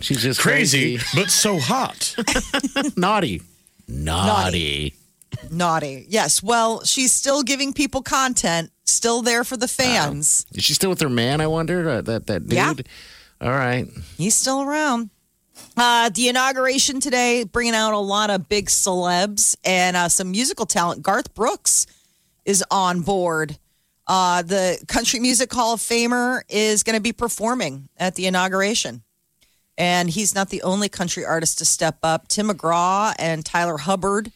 Speaker 2: She's just
Speaker 3: Crazy,
Speaker 2: crazy.
Speaker 3: but so
Speaker 4: <laughs>
Speaker 3: hot.
Speaker 2: Naughty. Naughty.
Speaker 4: Naughty. Yes. Well, she's still giving people content, still there for the fans.
Speaker 2: Is she still with her man, I wonder? Uh, that, that dude?
Speaker 4: Yeah.
Speaker 2: All right.
Speaker 4: He's still around. Uh, the inauguration today, bringing out a lot of big celebs and uh, some musical talent. Garth Brooks is on board. Uh, the Country Music Hall of Famer is going to be performing at the inauguration. And he's not the only country artist to step up. Tim McGraw and Tyler Hubbard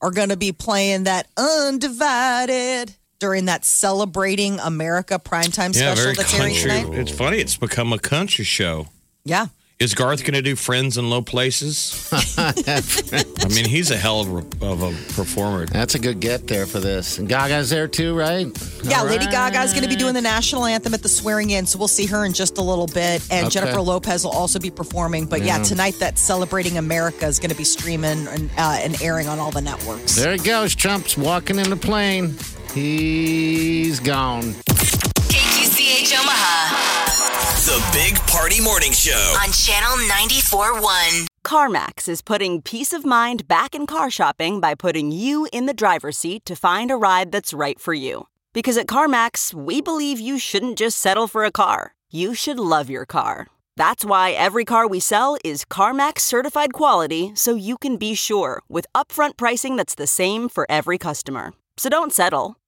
Speaker 4: are going to be playing that Undivided during that Celebrating America primetime
Speaker 3: yeah,
Speaker 4: special
Speaker 3: very
Speaker 4: that's airing
Speaker 3: country.
Speaker 4: tonight.
Speaker 3: It's funny. It's become a country show.
Speaker 4: Yeah.
Speaker 3: Is Garth going to do Friends in Low Places? I mean, he's a hell of a, of a performer.
Speaker 2: That's a good get there for this. And Gaga's there too, right?
Speaker 4: Yeah,
Speaker 2: All
Speaker 4: Lady
Speaker 2: right.
Speaker 4: Gaga is going to be doing the national anthem at the swearing in, so we'll see her in just a little bit. And
Speaker 2: Okay.
Speaker 4: Jennifer Lopez will also be performing. But yeah, tonight that Celebrating America is going to be streaming and, uh, and airing on all the networks.
Speaker 2: There he goes. Trump's walking in the plane. He's gone. <laughs>
Speaker 1: KQCH Omaha
Speaker 5: The Big Party Morning Show.
Speaker 1: on Channel 94.1.
Speaker 7: CarMax is putting peace of mind back in car shopping by putting you in the driver's seat to find a ride that's right for you. Because at CarMax, we believe you shouldn't just settle for a car, you should love your car. That's why every car we sell is CarMax certified quality so you can be sure with upfront pricing that's the same for every customer. So don't settle.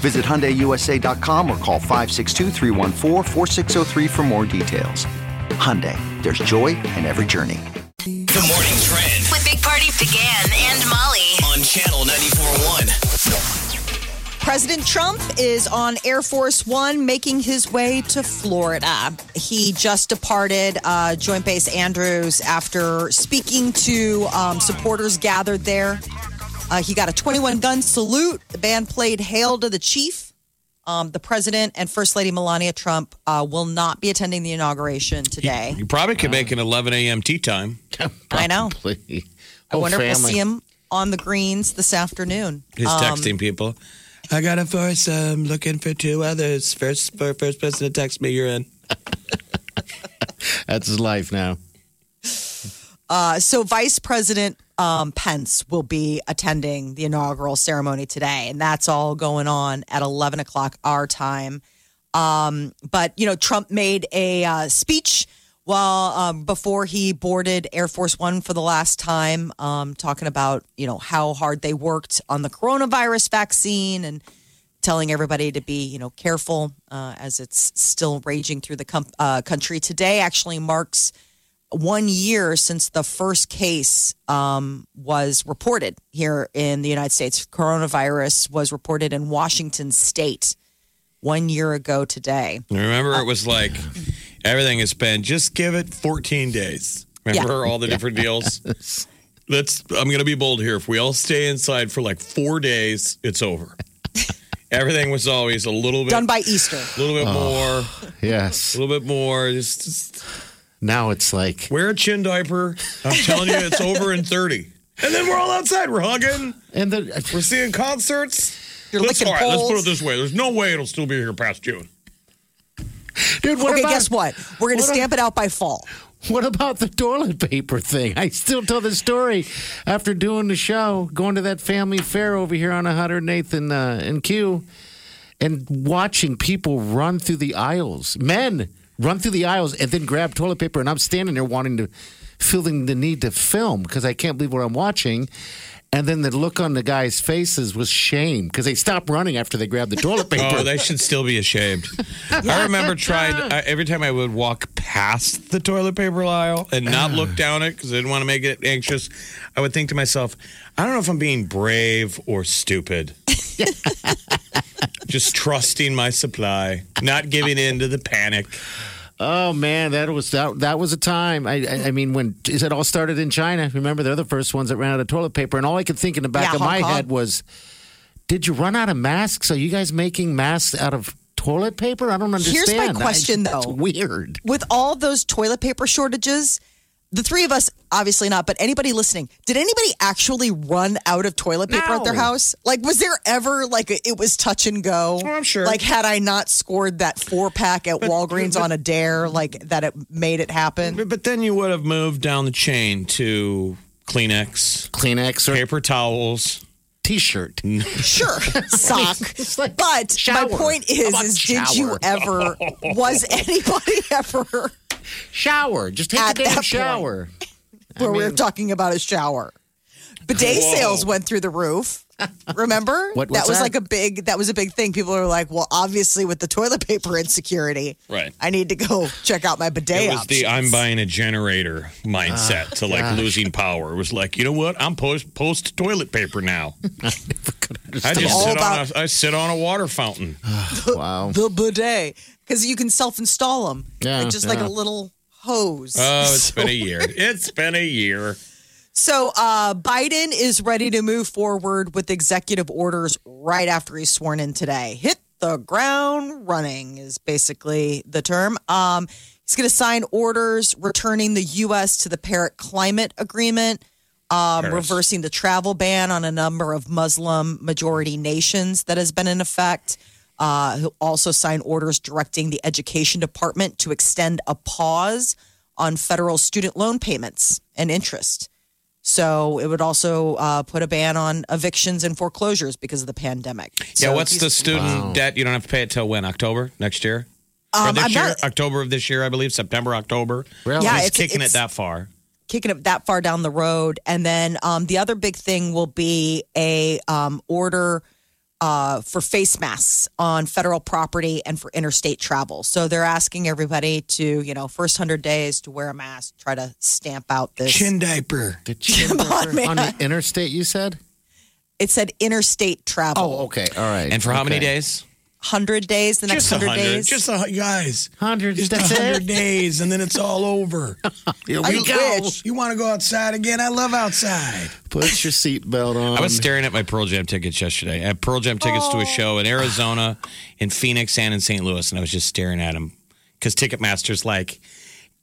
Speaker 8: Visit HyundaiUSA.com or call 562-314-4603 for more details. Hyundai, there's joy in every journey.
Speaker 5: The Morning Trend
Speaker 1: With Big Party began and Molly.
Speaker 5: on Channel 94.1.
Speaker 4: President Trump is on Air Force One making his way to Florida. He just departed uh, Joint Base Andrews after speaking to um, supporters gathered there. Uh, he got a 21 gun salute. The band played Hail to the Chief. Um, the president and First Lady Melania Trump uh, will not be attending the inauguration today.
Speaker 3: You probably could make an 11 a.m. tea time.
Speaker 4: I know.
Speaker 2: Probably.
Speaker 4: I
Speaker 2: Whole
Speaker 4: wonder if we'll
Speaker 2: family.
Speaker 4: see him on the greens this afternoon.
Speaker 3: He's texting people.
Speaker 9: Um, I got a foursome. Looking for two others. First, for first person to text me, you're in.
Speaker 2: That's his life now.
Speaker 4: Uh, so Vice President um, Pence will be attending the inaugural ceremony today, and that's all going on at 11 o'clock our time. Um, but you know, Trump made a uh, speech while um, before he boarded Air Force One for the last time, um, talking about you know how hard they worked on the coronavirus vaccine and telling everybody to be you know careful uh, as it's still raging through the com- uh, country. Today actually marks one year since the first case um, was reported here in the United States. Coronavirus was reported in Washington State one year ago today.
Speaker 3: Remember, it was like everything has been just give it 14 days. Remember
Speaker 2: Yeah.
Speaker 3: all the different deals? Let's, I'm going to be bold here. If we all stay inside for like four days, it's over. everything was always a little bit
Speaker 4: Done by Easter.
Speaker 3: a little bit more,
Speaker 2: Yes.
Speaker 3: a little bit more. Just, just
Speaker 2: Now it's like
Speaker 3: wear a chin diaper. I'm telling you, it's over in 30. And then we're all outside. We're hugging.
Speaker 2: and the
Speaker 3: We're seeing concerts.
Speaker 4: You're
Speaker 3: Let's,
Speaker 4: licking
Speaker 3: all right, let's put
Speaker 4: poles.
Speaker 3: it this way. There's no way it'll still be here past June.
Speaker 2: dude. What
Speaker 4: okay,
Speaker 2: about
Speaker 4: guess what? We're going to
Speaker 2: What a-
Speaker 4: stamp it out by fall.
Speaker 2: What about the toilet paper thing? I still tell the story after doing the show, going to that family fair over here on 108th and uh, and Q, and watching people run through the aisles, men run through the aisles and then grab toilet paper, and I'm standing there wanting to, feeling the need to film because I can't believe what I'm watching. And then the look on the guys' faces was shame because they stopped running after they grabbed the toilet paper.
Speaker 3: Oh, they should still be
Speaker 4: <laughs>
Speaker 3: ashamed. I remember trying I, every time I would walk past the toilet paper aisle and not <sighs> look down it because I didn't want to make it anxious. I would think to myself, I don't know if I'm being brave or
Speaker 4: <laughs>
Speaker 3: stupid. Just trusting my supply, not giving in to the panic.
Speaker 2: Oh man, that was that, that was a time. I, I I mean, when is it all started in China? Remember, they're the first ones that ran out of toilet paper, and all I could think in the back
Speaker 4: Yeah,
Speaker 2: of
Speaker 4: Hong
Speaker 2: my
Speaker 4: Kong.
Speaker 2: head was, "Did you run out of masks? Are you guys making masks out of toilet paper? I don't understand."
Speaker 4: Here's
Speaker 2: I-
Speaker 4: my
Speaker 2: <laughs>
Speaker 4: question,
Speaker 2: that's
Speaker 4: though.
Speaker 2: weird.
Speaker 4: With all those toilet paper shortages, the three of us obviously not, but anybody listening, did anybody actually run out of toilet paper at their
Speaker 2: No.
Speaker 4: house? Like, was there ever like a, it was touch and go?
Speaker 3: Oh, I'm sure.
Speaker 4: Like, had I not scored that four pack at Walgreens on a dare, like that, it made it happen.
Speaker 2: <laughs>
Speaker 3: But, but then you would have moved down the chain to Kleenex,
Speaker 2: Kleenex or
Speaker 3: paper towels.
Speaker 2: T-shirt?
Speaker 4: Sure, sock.
Speaker 2: <laughs> It's like
Speaker 4: But
Speaker 2: shower.
Speaker 4: my point
Speaker 2: How
Speaker 4: is,
Speaker 2: about
Speaker 4: is did you
Speaker 2: shower? <laughs>
Speaker 4: ever? Was anybody ever?
Speaker 2: shower. Just take a
Speaker 4: At that
Speaker 2: damn
Speaker 4: point.
Speaker 2: shower. <laughs>
Speaker 4: where we were talking about a shower. Bidet sales went through the roof. Remember?
Speaker 2: What-
Speaker 4: that
Speaker 2: what's
Speaker 4: was
Speaker 2: that?
Speaker 4: like a big that was a big thing. People were like, "Well, obviously with the toilet paper insecurity,
Speaker 3: Right.
Speaker 4: I need to go check out my bidet."
Speaker 3: It was the I'm
Speaker 4: options."
Speaker 3: buying a generator mindset to like losing power. It was like, you know what? I'm post post toilet paper <laughs> now. I just
Speaker 4: all
Speaker 3: sit
Speaker 4: about-
Speaker 3: on a, I sit on a water <laughs> fountain.
Speaker 2: Wow.
Speaker 4: the bidet because you can self install them.
Speaker 2: Yeah,
Speaker 4: Like just like
Speaker 2: yeah.
Speaker 4: a little hose.
Speaker 3: Oh, it's been a year. It's been a year.
Speaker 4: So uh, Biden is ready to move forward with executive orders right after he's sworn in today. Hit the ground running is basically the term. Um, he's going to sign orders returning the U.S. to the Parrot Climate Agreement, um,
Speaker 3: Paris.
Speaker 4: reversing the travel ban on a number of Muslim majority nations that has been in effect. Uh, he'll also sign orders directing the Education Department to extend a pause on federal student loan payments and interest. So it would also uh, put a ban on evictions and foreclosures because of the pandemic.
Speaker 3: yeah,
Speaker 4: So
Speaker 3: what's the
Speaker 4: he's-
Speaker 3: student debt? You don't have to pay it till when? October next year? or
Speaker 4: Um,
Speaker 3: this
Speaker 4: I'm
Speaker 3: year?
Speaker 4: not-
Speaker 3: October of this year, I believe. September, October.
Speaker 2: Really?
Speaker 4: Yeah,
Speaker 3: He's
Speaker 4: it's-
Speaker 3: kicking
Speaker 4: it's-
Speaker 3: it that far.
Speaker 4: kicking it that far down the road. And then um, the other big thing will be a um, order uh, for face masks on federal property and for interstate travel. So they're asking everybody to, you know, first hundred days to wear a mask, try to stamp out this.
Speaker 3: diaper.
Speaker 2: The chin
Speaker 4: on,
Speaker 2: on, the interstate, you said?
Speaker 4: It said interstate travel.
Speaker 2: Oh, okay, all right.
Speaker 3: And for how many days?
Speaker 4: Hundred days. The next
Speaker 3: Just a
Speaker 4: hundred days.
Speaker 3: a guys.
Speaker 2: Hundreds. That's it.
Speaker 3: days, and then it's all
Speaker 4: <laughs>
Speaker 3: over.
Speaker 2: Here
Speaker 4: I
Speaker 2: we go.
Speaker 4: wish.
Speaker 3: You want to go outside again? I love outside.
Speaker 2: Put your seatbelt on.
Speaker 3: I was staring at my Pearl Jam tickets yesterday. I had Pearl Jam tickets to a show in Arizona, in Phoenix, and in St. Louis, and I was just staring at them because Ticketmaster's like,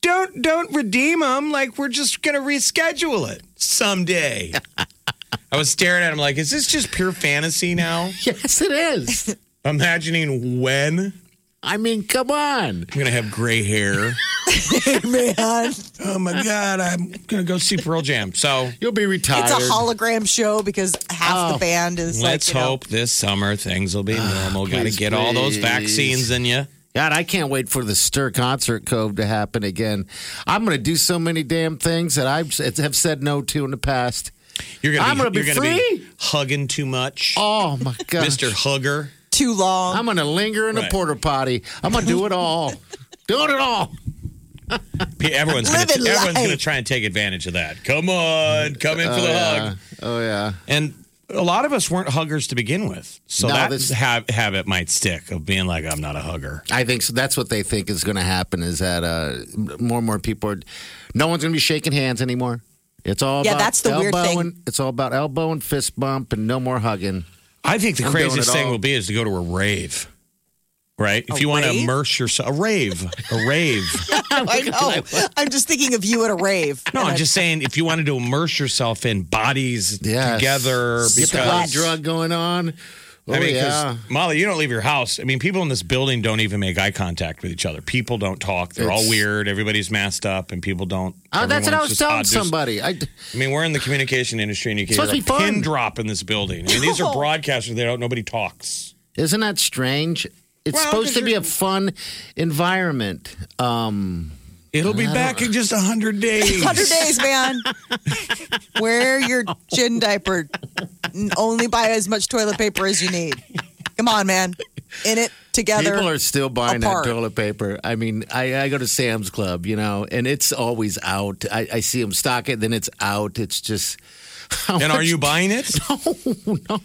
Speaker 3: "Don't don't redeem them. Like we're just gonna reschedule it someday." <laughs> I was staring at him like, is this just pure fantasy now?
Speaker 2: yes, it
Speaker 4: <laughs>
Speaker 2: is.
Speaker 3: Imagining when.
Speaker 2: I mean, come on. I'm
Speaker 3: gonna have gray hair.
Speaker 4: <laughs> man.
Speaker 3: <laughs> Oh my god, I'm gonna go see Pearl Jam. So
Speaker 2: you'll be retired.
Speaker 4: It's a hologram show because half the band is
Speaker 3: Let's
Speaker 4: like, you know,
Speaker 3: hope this summer things will be normal. Got to
Speaker 2: please,
Speaker 3: get all those
Speaker 2: please.
Speaker 3: vaccines in you.
Speaker 2: God, I can't wait for the Stir Concert Cove to happen again. I'm going to do so many damn things that I have said no to in the past.
Speaker 3: You're gonna
Speaker 2: I'm
Speaker 3: be,
Speaker 2: gonna be
Speaker 3: you're gonna be
Speaker 2: free.
Speaker 3: hugging too much,
Speaker 2: Oh
Speaker 4: <laughs>
Speaker 2: my god,
Speaker 3: Mister Hugger.
Speaker 4: too long.
Speaker 2: I'm going to linger in the
Speaker 3: Right.
Speaker 2: porta potty. I'm going to do it
Speaker 4: <laughs>
Speaker 2: all. Doing it all.
Speaker 3: P- Everyone's gonna,
Speaker 4: Living
Speaker 3: everyone's
Speaker 4: life.
Speaker 3: gonna try and take advantage of that. Come on, come in for the hug.
Speaker 2: Oh yeah.
Speaker 3: And a lot of us weren't huggers to begin with, so
Speaker 2: No,
Speaker 3: that
Speaker 2: this-
Speaker 3: ha- habit might stick of being like, "I'm not a hugger."
Speaker 2: I think so. That's what they think is going to happen is that uh, more and more people are. No one's going to be shaking hands anymore. It's all
Speaker 4: Yeah,
Speaker 2: about
Speaker 4: that's the weird
Speaker 2: elbow
Speaker 4: thing.
Speaker 2: and- it's all about elbow and fist bump and no more hugging.
Speaker 3: I think the
Speaker 2: I'm doing
Speaker 3: craziest
Speaker 2: it
Speaker 3: thing
Speaker 2: all.
Speaker 3: will be is to go to a rave. Right? If you want to
Speaker 4: rave?
Speaker 3: immerse yourself, a rave, a rave.
Speaker 4: I know. oh, I'm just thinking of you at a rave.
Speaker 3: No,
Speaker 4: And
Speaker 3: I'm
Speaker 4: I-
Speaker 3: just saying if you wanted to immerse yourself in bodies
Speaker 2: Yes.
Speaker 3: together,
Speaker 2: Get
Speaker 3: because
Speaker 2: the hot drug going on. Oh,
Speaker 3: I mean, 'cause,
Speaker 2: yeah.
Speaker 3: Molly, you don't leave your house. I mean, people in this building don't even make eye contact with each other. People don't talk. They're all
Speaker 2: It's-
Speaker 3: weird. Everybody's masked up, and people don't.
Speaker 2: Oh, that's what I was
Speaker 3: everyone's just
Speaker 2: telling
Speaker 3: odd. There's-
Speaker 2: somebody. I,
Speaker 3: I mean, we're in the communication industry, and you can
Speaker 2: It's supposed
Speaker 3: hear a
Speaker 2: to be fun.
Speaker 3: pin drop in this building. I mean, these are broadcasters. They don't. Nobody talks.
Speaker 2: isn't that strange? It's
Speaker 3: Well,
Speaker 2: supposed to
Speaker 3: 'cause
Speaker 2: be
Speaker 3: you're-
Speaker 2: a fun environment. Um,
Speaker 3: It'll be back in just
Speaker 2: <laughs>
Speaker 3: hundred days.
Speaker 4: 100 days, man. Wear your gin diaper. N- Only buy as much toilet paper as you need. Come on, man. In it together.
Speaker 2: people are still buying
Speaker 4: apart.
Speaker 2: that toilet paper. I mean, I, I go to Sam's Club, you know, and it's always out. I, I see them stock it, then it's out. It's just.
Speaker 3: And are you buying it?
Speaker 2: <laughs> no.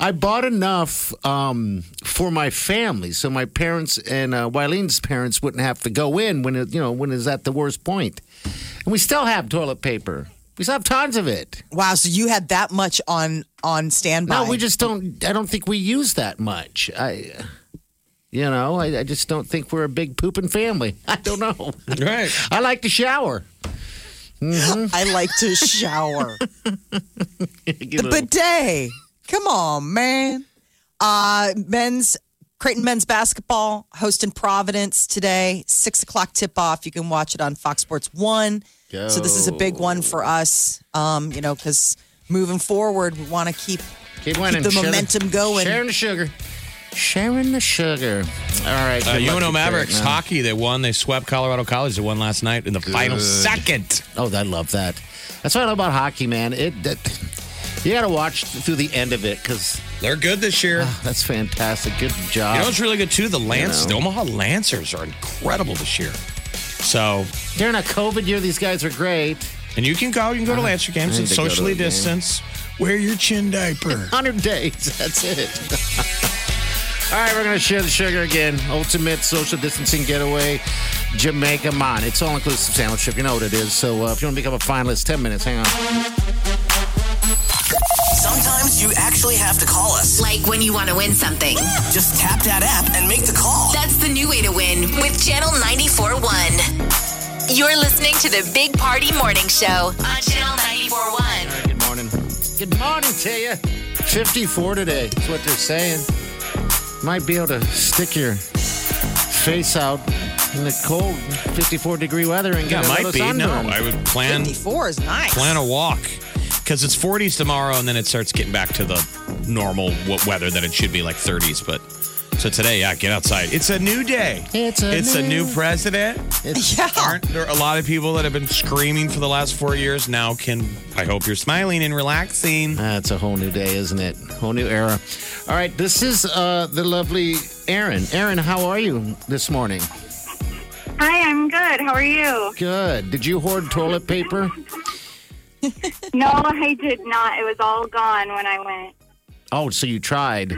Speaker 2: I bought enough um, for my family, so my parents and uh, Wileen's parents wouldn't have to go in when it, you know when it's at the worst point. And we still have toilet paper. We still have tons of it.
Speaker 4: wow, so you had that much on on standby.
Speaker 2: No, we just don't. I don't think we use that much. I, you know, I, I just don't think we're a big pooping family. I don't
Speaker 4: <laughs>
Speaker 2: know.
Speaker 3: Right.
Speaker 2: I like to shower. <laughs>
Speaker 4: I like to shower.
Speaker 2: You know.
Speaker 4: the bidet. Come on, man. Uh, men's Creighton men's basketball hosting Providence today, six o'clock tip off. You can watch it on Fox Sports One. So this is a big one for us. Um, you know, because moving forward, we want to keep
Speaker 2: Keep winning.
Speaker 4: the
Speaker 2: Share
Speaker 4: momentum going.
Speaker 2: Sharing the sugar. Sharing the sugar. All right.
Speaker 3: Uh,
Speaker 2: good luck
Speaker 3: UNO
Speaker 2: to
Speaker 3: Mavericks
Speaker 2: Creighton.
Speaker 3: hockey. They won. They swept Colorado College. They won last night in the final second.
Speaker 2: Oh, I love that. That's what I love about hockey, man. It that, you got to watch through the end of it because
Speaker 3: They're good this year.
Speaker 2: that's fantastic. Good job.
Speaker 3: You know what's really good too? The Lance,
Speaker 2: Um, know.
Speaker 3: the Omaha Lancers are incredible this year. So,
Speaker 2: During a COVID year, these guys are great.
Speaker 3: and you can go, you can go to Lancer games
Speaker 2: I
Speaker 3: and
Speaker 2: need to go to
Speaker 3: socially
Speaker 2: a game.
Speaker 3: distance. Wear your chin
Speaker 2: <laughs>
Speaker 3: diaper.
Speaker 2: 100 days. That's it. <laughs> All right, we're going to share the sugar again. Ultimate social distancing getaway, Jamaica Mon. It's all inclusive sandwich trip. You know what it is. So uh, if you want to become a finalist, 10 minutes. Hang on.
Speaker 5: Sometimes you actually have to call us.
Speaker 1: Like when you want to win something.
Speaker 5: Just tap that app and make the call.
Speaker 1: That's the new way to win with Channel 94.1. You're listening to the Big Party Morning Show on Channel 94.1.
Speaker 2: Good morning. Good morning to you. 54 today is what they're saying. Might be able to stick your face out in the cold 54 degree weather and
Speaker 3: Yeah,
Speaker 2: get a
Speaker 3: might
Speaker 2: little
Speaker 3: be. No,
Speaker 2: sunburn.
Speaker 3: I would plan
Speaker 4: 54 is nice.
Speaker 3: plan a walk because it's 40s tomorrow, and then it starts getting back to the normal w- weather that it should be like 30s. But so today, yeah, get outside. It's a new day.
Speaker 2: It's a
Speaker 3: it's
Speaker 2: new-
Speaker 3: a new president.
Speaker 4: yeah.
Speaker 3: aren't there a lot of people that have been screaming for the last four years now can i hope you're smiling and relaxing
Speaker 2: That's a whole new day, isn't it? Whole new era. All right, this is uh, the lovely Erin. Erin, how are you this morning?
Speaker 6: Hi, I'm good. How are you?
Speaker 2: Good. Did you hoard toilet paper?
Speaker 6: No, I did not. It was all gone when I went.
Speaker 2: Oh, so you tried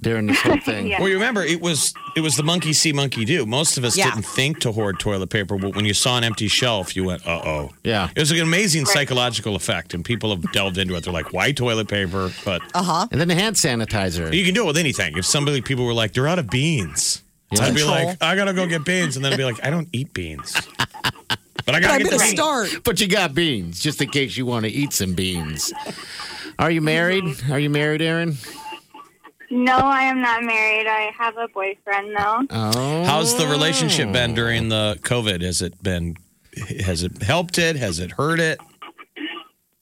Speaker 2: during this whole thing.
Speaker 6: Yeah.
Speaker 3: well you remember it was it was the monkey see monkey do most of us
Speaker 4: Yeah.
Speaker 3: didn't think to hoard toilet paper but when you saw an empty shelf you went uh-oh
Speaker 2: Yeah.
Speaker 3: it was an amazing psychological effect and people have delved into it they're like why toilet paper but
Speaker 2: And then the hand sanitizer.
Speaker 3: you can do it with anything if somebody people were like they're out of beans
Speaker 2: Yeah.
Speaker 3: i'd be
Speaker 4: Control.
Speaker 3: like i gotta go get beans and then i'd be like i don't eat <laughs> beans but i
Speaker 4: But
Speaker 3: gotta get
Speaker 4: I'm
Speaker 3: the
Speaker 4: gonna
Speaker 3: beans
Speaker 4: start.
Speaker 2: But you got beans, just in case you want to eat some beans. Are you married? Are you married, Aaron?
Speaker 6: No, I am not married. I have a boyfriend though.
Speaker 2: Oh.
Speaker 3: How's the relationship been during the COVID? Has it been? Has it helped it? Has it hurt it?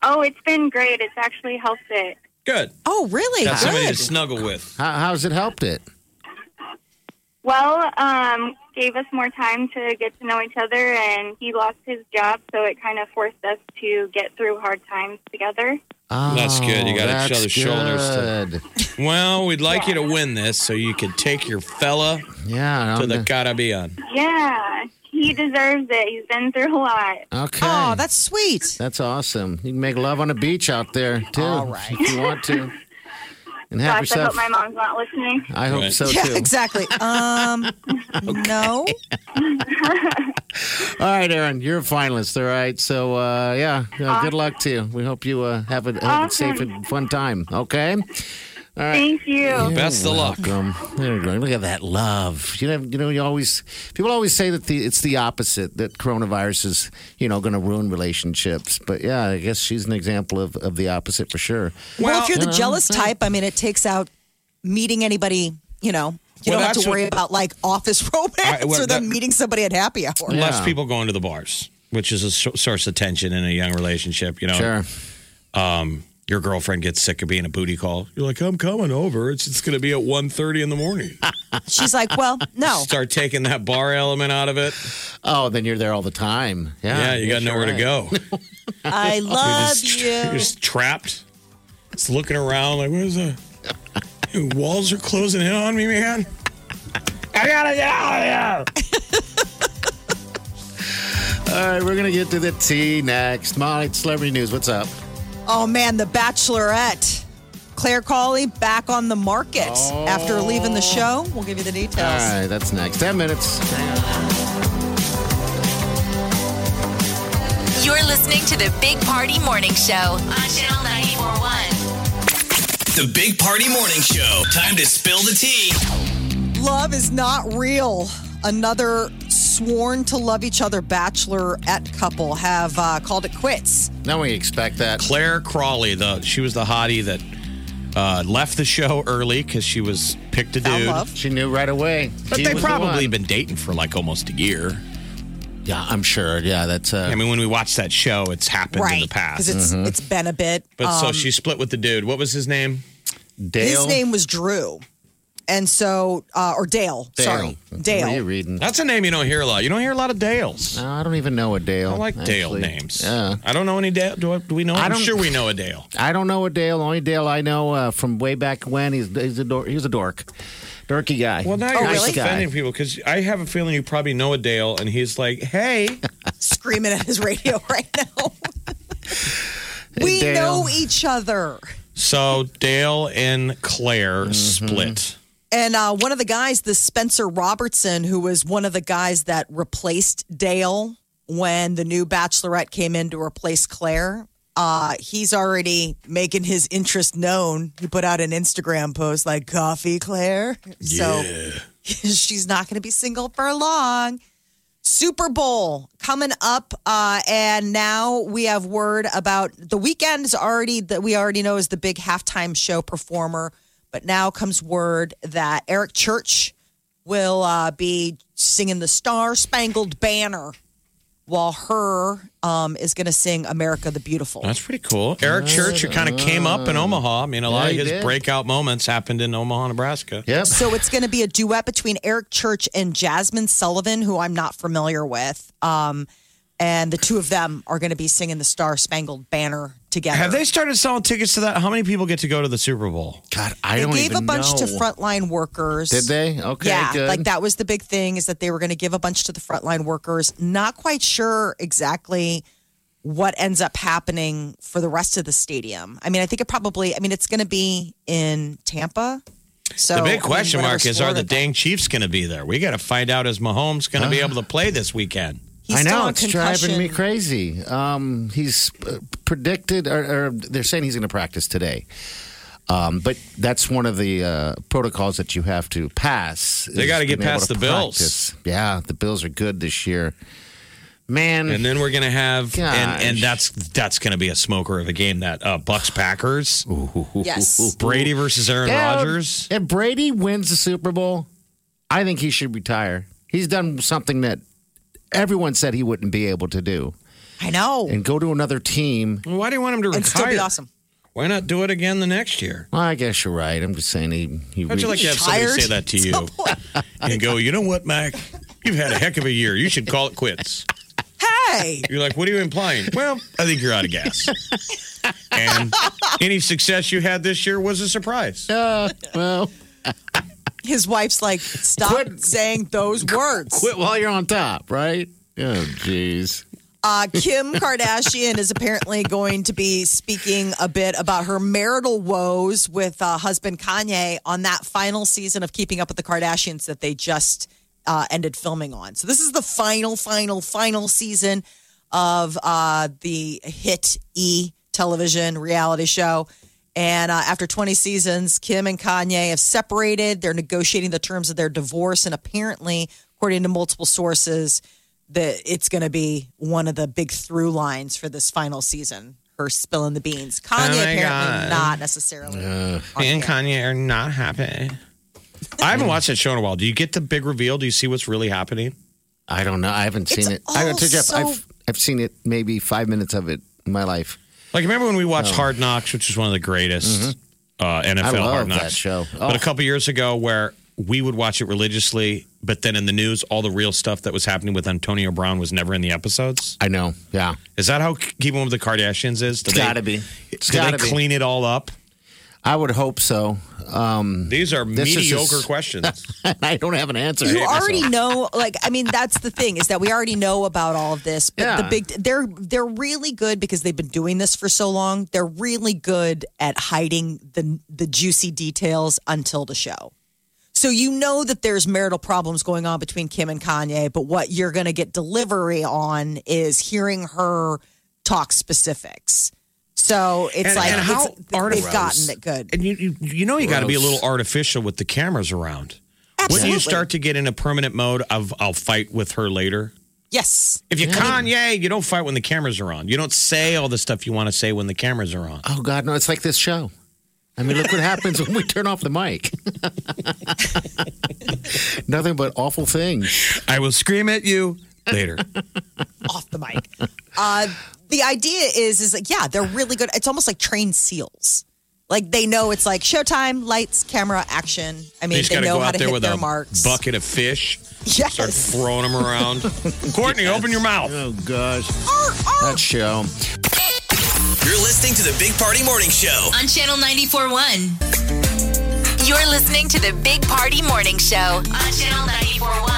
Speaker 6: Oh, it's been great. It's actually helped it.
Speaker 3: Good.
Speaker 4: Oh, really?
Speaker 3: Got somebody to
Speaker 4: Good.
Speaker 3: snuggle with.
Speaker 2: How, how's it helped it?
Speaker 6: Well, um, gave us more time to get to know each other, and he lost his job, so it kind of forced us to get through hard times together.
Speaker 2: Oh,
Speaker 3: That's good. You got each
Speaker 2: that's
Speaker 3: other's shoulders to-
Speaker 2: good.
Speaker 3: Well, we'd like you to win this so you could take your fella
Speaker 2: Yeah.
Speaker 3: to
Speaker 2: I'm
Speaker 3: the
Speaker 2: d-
Speaker 3: Caribbean.
Speaker 6: Yeah, he deserves it. He's been through a lot.
Speaker 2: Okay.
Speaker 4: Oh, that's sweet.
Speaker 2: That's awesome. You can make love on a beach out there too,
Speaker 4: All right.
Speaker 2: if you want
Speaker 6: <laughs>
Speaker 2: to, and
Speaker 6: Gosh,
Speaker 2: have
Speaker 6: I
Speaker 2: yourself.
Speaker 6: hope my mom's not listening.
Speaker 2: I hope
Speaker 3: Right.
Speaker 2: so
Speaker 4: yeah, <laughs>
Speaker 2: too.
Speaker 4: exactly. Um,
Speaker 3: <laughs>
Speaker 4: no.
Speaker 2: All right, Aaron, you're a finalist. All right, so uh, yeah, uh, good luck to you. We hope you uh, have a, have a safe and fun time. Okay.
Speaker 6: Thank you.
Speaker 3: Best of luck.
Speaker 2: Um, there you go. Look at that love. You know, you know, you always people always say that the it's the opposite that coronavirus is you know going to ruin relationships. But yeah, I guess she's an example of, of the opposite for sure.
Speaker 4: Well, if you're
Speaker 2: you
Speaker 4: the
Speaker 2: know,
Speaker 4: jealous type, I mean, it takes out meeting anybody, you know. You
Speaker 3: Well,
Speaker 4: don't have
Speaker 3: that's
Speaker 4: to worry
Speaker 3: what-
Speaker 4: about like office <laughs> romance
Speaker 3: I- well,
Speaker 4: or them
Speaker 3: that-
Speaker 4: meeting somebody at happy hour.
Speaker 3: Less
Speaker 2: Yeah.
Speaker 3: people going to the bars, which is a so- source of tension in a young relationship. You know,
Speaker 2: Sure.
Speaker 3: your girlfriend gets sick of being a booty call. You're like, I'm coming over. It's it's going to be at 1.30 in the morning.
Speaker 4: She's like, well,
Speaker 3: <laughs>
Speaker 4: no.
Speaker 3: Start taking that bar element out of it.
Speaker 2: Oh, then you're there all the time. Yeah.
Speaker 3: Yeah, you got
Speaker 2: you're
Speaker 3: nowhere to
Speaker 2: right.
Speaker 3: <laughs> go.
Speaker 4: I love
Speaker 3: You're
Speaker 4: you.
Speaker 3: just trapped. Just looking around like, where's the Dude, walls are closing in on me, man. I gotta get out of here.
Speaker 2: All right, we're gonna get to the tea next. Molly, celebrity news. What's up?
Speaker 4: Oh man, The Bachelorette. Claire Cawley back on the market
Speaker 3: Oh.
Speaker 4: after leaving the show. We'll give you the details.
Speaker 2: All
Speaker 3: Ah.
Speaker 2: right, that's next. Ten minutes.
Speaker 1: You're listening to the Big Party Morning Show on Channel 941.
Speaker 5: The Big Party Morning Show. Time to spill the tea.
Speaker 4: Love is not real. Another sworn to love each other bachelorette couple have uh, called it quits.
Speaker 2: Now we expect that.
Speaker 3: Claire Crawley, the she was the hottie that uh, left the show early because she was picked a
Speaker 4: Found
Speaker 3: dude.
Speaker 4: love.
Speaker 2: She knew right away.
Speaker 3: But
Speaker 2: She
Speaker 3: they
Speaker 2: was the
Speaker 3: probably
Speaker 2: one.
Speaker 3: been dating for like almost a year.
Speaker 2: Yeah, I'm sure. Yeah, that's. Uh,
Speaker 3: I mean, when we watch that show, it's happened in the
Speaker 4: Because
Speaker 3: past. Mm-hmm.
Speaker 4: it's it's been a bit.
Speaker 3: But so
Speaker 4: Um,
Speaker 3: she split with the dude. What was his name?
Speaker 2: Dale.
Speaker 4: His name was Drew. And so, uh, or Dale,
Speaker 2: Dale.
Speaker 4: sorry.
Speaker 2: What are you
Speaker 4: Dale.
Speaker 2: reading?
Speaker 3: That's a name you don't hear a lot. You don't hear a lot of Dales.
Speaker 2: No, I don't even know a Dale.
Speaker 3: I like Dale
Speaker 2: actually.
Speaker 3: names.
Speaker 2: Yeah.
Speaker 3: I don't know any Dale. Do, I, do we know?
Speaker 2: I
Speaker 3: I'm
Speaker 2: don't-
Speaker 3: sure we know a Dale.
Speaker 2: <laughs> I don't know a Dale. Only Dale I know uh, from way back when. He's he's a dork. He was a dork, dorky guy.
Speaker 3: Well,
Speaker 4: Oh,
Speaker 3: now you're
Speaker 2: nice
Speaker 3: just
Speaker 2: guy.
Speaker 3: offending people because I have a feeling you probably know a Dale, and he's
Speaker 2: <laughs>
Speaker 3: like, "Hey,
Speaker 4: Screaming at his radio <laughs> right now.
Speaker 2: Hey,
Speaker 4: we
Speaker 2: Dale.
Speaker 4: know each other.
Speaker 3: so Dale and Claire
Speaker 2: Mm-hmm.
Speaker 3: split."
Speaker 4: And uh, one of the guys, this Spencer Robertson, who was one of the guys that replaced Dale when the new Bachelorette came in to replace Claire, uh, he's already making his interest known. He put out an Instagram post like "Coffee, Claire." So <laughs> she's not going to be single for long. Super Bowl coming up, uh, and now we have word about the weekend is already that we already know is the big halftime show performer, but now comes word that Eric Church will uh, be singing the Star Spangled Banner, while her um, is going to sing America the Beautiful.
Speaker 3: That's pretty cool. Eric Church, who kind of came up in Omaha. I mean, a lot
Speaker 2: Yeah,
Speaker 3: of
Speaker 2: he
Speaker 3: his
Speaker 2: did.
Speaker 3: breakout moments happened in Omaha, Nebraska.
Speaker 2: Yep.
Speaker 4: So it's going to be a duet between Eric Church and Jasmine Sullivan, who I'm not familiar with. Um, and the two of them are going to be singing the Star Spangled Banner together.
Speaker 3: Have they started selling tickets to that? How many people get to go to the Super Bowl?
Speaker 2: God, I
Speaker 4: They
Speaker 2: don't
Speaker 4: gave
Speaker 2: even
Speaker 4: a bunch to
Speaker 2: know.
Speaker 4: frontline workers.
Speaker 2: Did they? Okay,
Speaker 4: yeah,
Speaker 2: good.
Speaker 4: like that was the big thing is that they were going to give a bunch to the frontline workers. Not quite sure exactly what ends up happening for the rest of the stadium. I mean, I think it probably. I mean, it's going to be in Tampa. So
Speaker 3: the
Speaker 4: I mean,
Speaker 3: big question
Speaker 4: whatever
Speaker 3: mark is: Are
Speaker 4: Florida
Speaker 3: the dang Chiefs going to be there? We got to find out is Mahomes going to
Speaker 2: Uh-huh.
Speaker 3: be able to play this weekend?
Speaker 4: He's
Speaker 2: I
Speaker 4: still
Speaker 2: know
Speaker 4: on
Speaker 2: it's driving me
Speaker 4: concussion.
Speaker 2: crazy. Um, he's uh, predicted, or, or they're saying he's going to practice today. Um, but that's one of the uh, protocols that you have to pass.
Speaker 3: They
Speaker 2: is
Speaker 3: gotta get
Speaker 2: being able
Speaker 3: past
Speaker 2: to
Speaker 3: the Bills.
Speaker 2: practice. Yeah, the Bills are good this year. Man.
Speaker 3: And then we're gonna have and, and
Speaker 2: Mm. Gosh.
Speaker 3: that's that's gonna be a smoker of a game that uh, Bucks Packers. <laughs>
Speaker 2: Yes.
Speaker 3: Brady versus Aaron
Speaker 2: Yeah,
Speaker 3: Rodgers.
Speaker 2: If Brady wins the Super Bowl, I think he should retire. He's done something that everyone said he wouldn't be able to do.
Speaker 4: I know.
Speaker 2: And go to another team.
Speaker 3: Why do you want him to retire?
Speaker 4: It'd still be awesome.
Speaker 3: Why not do it again the next year?
Speaker 2: Well, I guess you're right. I'm just saying he. he
Speaker 3: How'd you like to have somebody say that
Speaker 4: <laughs>
Speaker 3: to you and go, you know what, Mac? You've had a heck of a year. You should call it
Speaker 4: <laughs>
Speaker 3: quits.
Speaker 4: Hey,
Speaker 3: You're like, what are you implying? Well, I think you're out of gas. and any success you had this year was a surprise.
Speaker 2: Uh, well,
Speaker 4: his wife's like, stop saying those words.
Speaker 2: quit while you're on top, right? Oh, jeez.
Speaker 4: Uh, Kim Kardashian is apparently going to be speaking a bit about her marital woes with uh, husband Kanye on that final season of Keeping Up with the Kardashians that they just uh, ended filming on. So this is the final, final, final season of uh, the hit E television reality show. And uh, after 20 seasons, Kim and Kanye have separated. They're negotiating the terms of their divorce. And apparently, according to multiple sources, that it's going to be one of the big through lines for this final season. Her spilling the beans. Kanye
Speaker 3: Oh my
Speaker 4: apparently
Speaker 3: God.
Speaker 4: not necessarily.
Speaker 3: Me and Kanye are not happy. I haven't watched that show in a while. Do you get the big reveal? Do you see what's really happening?
Speaker 2: I don't know. I haven't seen it.
Speaker 4: It's
Speaker 2: I
Speaker 4: all
Speaker 2: told you, I've-
Speaker 4: so-
Speaker 2: I've, I've seen it maybe five minutes of it in my life.
Speaker 3: Like, remember when we watched Hard Knocks, which is one of the greatest uh,
Speaker 2: Oh.
Speaker 3: NFL
Speaker 2: Mm-hmm. I love
Speaker 3: Hard
Speaker 2: that
Speaker 3: Knocks
Speaker 2: show.
Speaker 3: But
Speaker 2: Oh.
Speaker 3: a couple years ago, where we would watch it religiously, but then in the news, all the real stuff that was happening with Antonio Brown was never in the episodes.
Speaker 2: I know. Yeah.
Speaker 3: Is that how Keeping Up with the Kardashians is? Do
Speaker 2: It's
Speaker 3: they-
Speaker 2: got to be. It's
Speaker 3: do
Speaker 2: got
Speaker 3: they
Speaker 2: to be.
Speaker 3: clean it all up?
Speaker 2: I would hope so. <laughs> Um,
Speaker 3: These are
Speaker 2: This is
Speaker 3: mediocre
Speaker 2: just-
Speaker 3: questions.
Speaker 2: I don't have an answer.
Speaker 4: You
Speaker 2: I hate
Speaker 4: already
Speaker 2: myself.
Speaker 4: know, like, I mean, that's the thing is that we already know about all of this. But the
Speaker 2: Yeah.
Speaker 4: big, they're they're really good because they've been doing this for so long. They're really good at hiding the the juicy details until the show. So you know that there's marital problems going on between Kim and Kanye, but what you're going to get delivery on is hearing her talk specifics. So it's
Speaker 3: And-
Speaker 4: like
Speaker 3: and how
Speaker 4: it's, they've
Speaker 3: artificial-
Speaker 4: gotten it good.
Speaker 3: <laughs> And you, you, you know, you got to be a
Speaker 2: Gross.
Speaker 3: little artificial with the cameras around. When
Speaker 4: Absolutely.
Speaker 3: you start to get in a permanent mode of I'll fight with her later.
Speaker 4: yes.
Speaker 3: If you Kanye, you don't fight when the cameras are on. You don't say all the stuff you want to say when the cameras are on.
Speaker 2: Oh God, no! It's like this show. I mean, look what happens when we turn off the mic. <laughs> Nothing but awful things.
Speaker 3: I will scream at you later.
Speaker 4: off the mic. Uh, the idea is, is like, yeah, they're really good. It's almost like trained seals. Like they know it's like showtime, lights, camera, action. I
Speaker 3: They
Speaker 4: mean,
Speaker 3: just
Speaker 4: they
Speaker 3: got to
Speaker 4: know
Speaker 3: go
Speaker 4: how
Speaker 3: out
Speaker 4: to
Speaker 3: there
Speaker 4: hit
Speaker 3: with
Speaker 4: their
Speaker 3: a
Speaker 4: marks.
Speaker 3: bucket of fish, start
Speaker 4: Yes.
Speaker 3: throwing them around. Courtney, open your mouth.
Speaker 2: Oh gosh,
Speaker 4: Arr, arr.
Speaker 2: that show.
Speaker 5: You're listening to the Big Party Morning Show.
Speaker 1: on Channel 94.1. You're listening to the Big Party Morning Show on Channel 94.1.
Speaker 2: All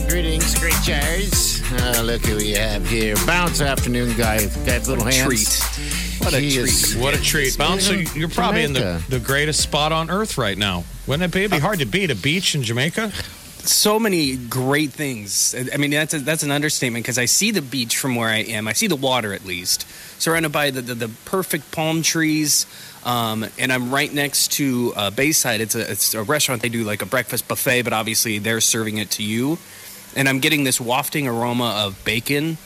Speaker 2: right, greetings, creatures. Uh, look who we have here. Bounce afternoon guy. Guy's little hands.
Speaker 5: Treat.
Speaker 2: What a treat.
Speaker 3: What a treat. Bouncer, you're probably in the,
Speaker 2: Jamaica.
Speaker 3: the greatest spot on earth right now. Wouldn't it be? It'd be hard to beat a beach in Jamaica.
Speaker 10: so many great things. I mean, that's a, that's an understatement because I see the beach from where I am. I see the water at least, surrounded by the the, the perfect palm trees, um, and I'm right next to uh, Bayside. It's a it's a restaurant. They do like a breakfast buffet, but obviously they're serving it to you. And I'm getting this wafting aroma of bacon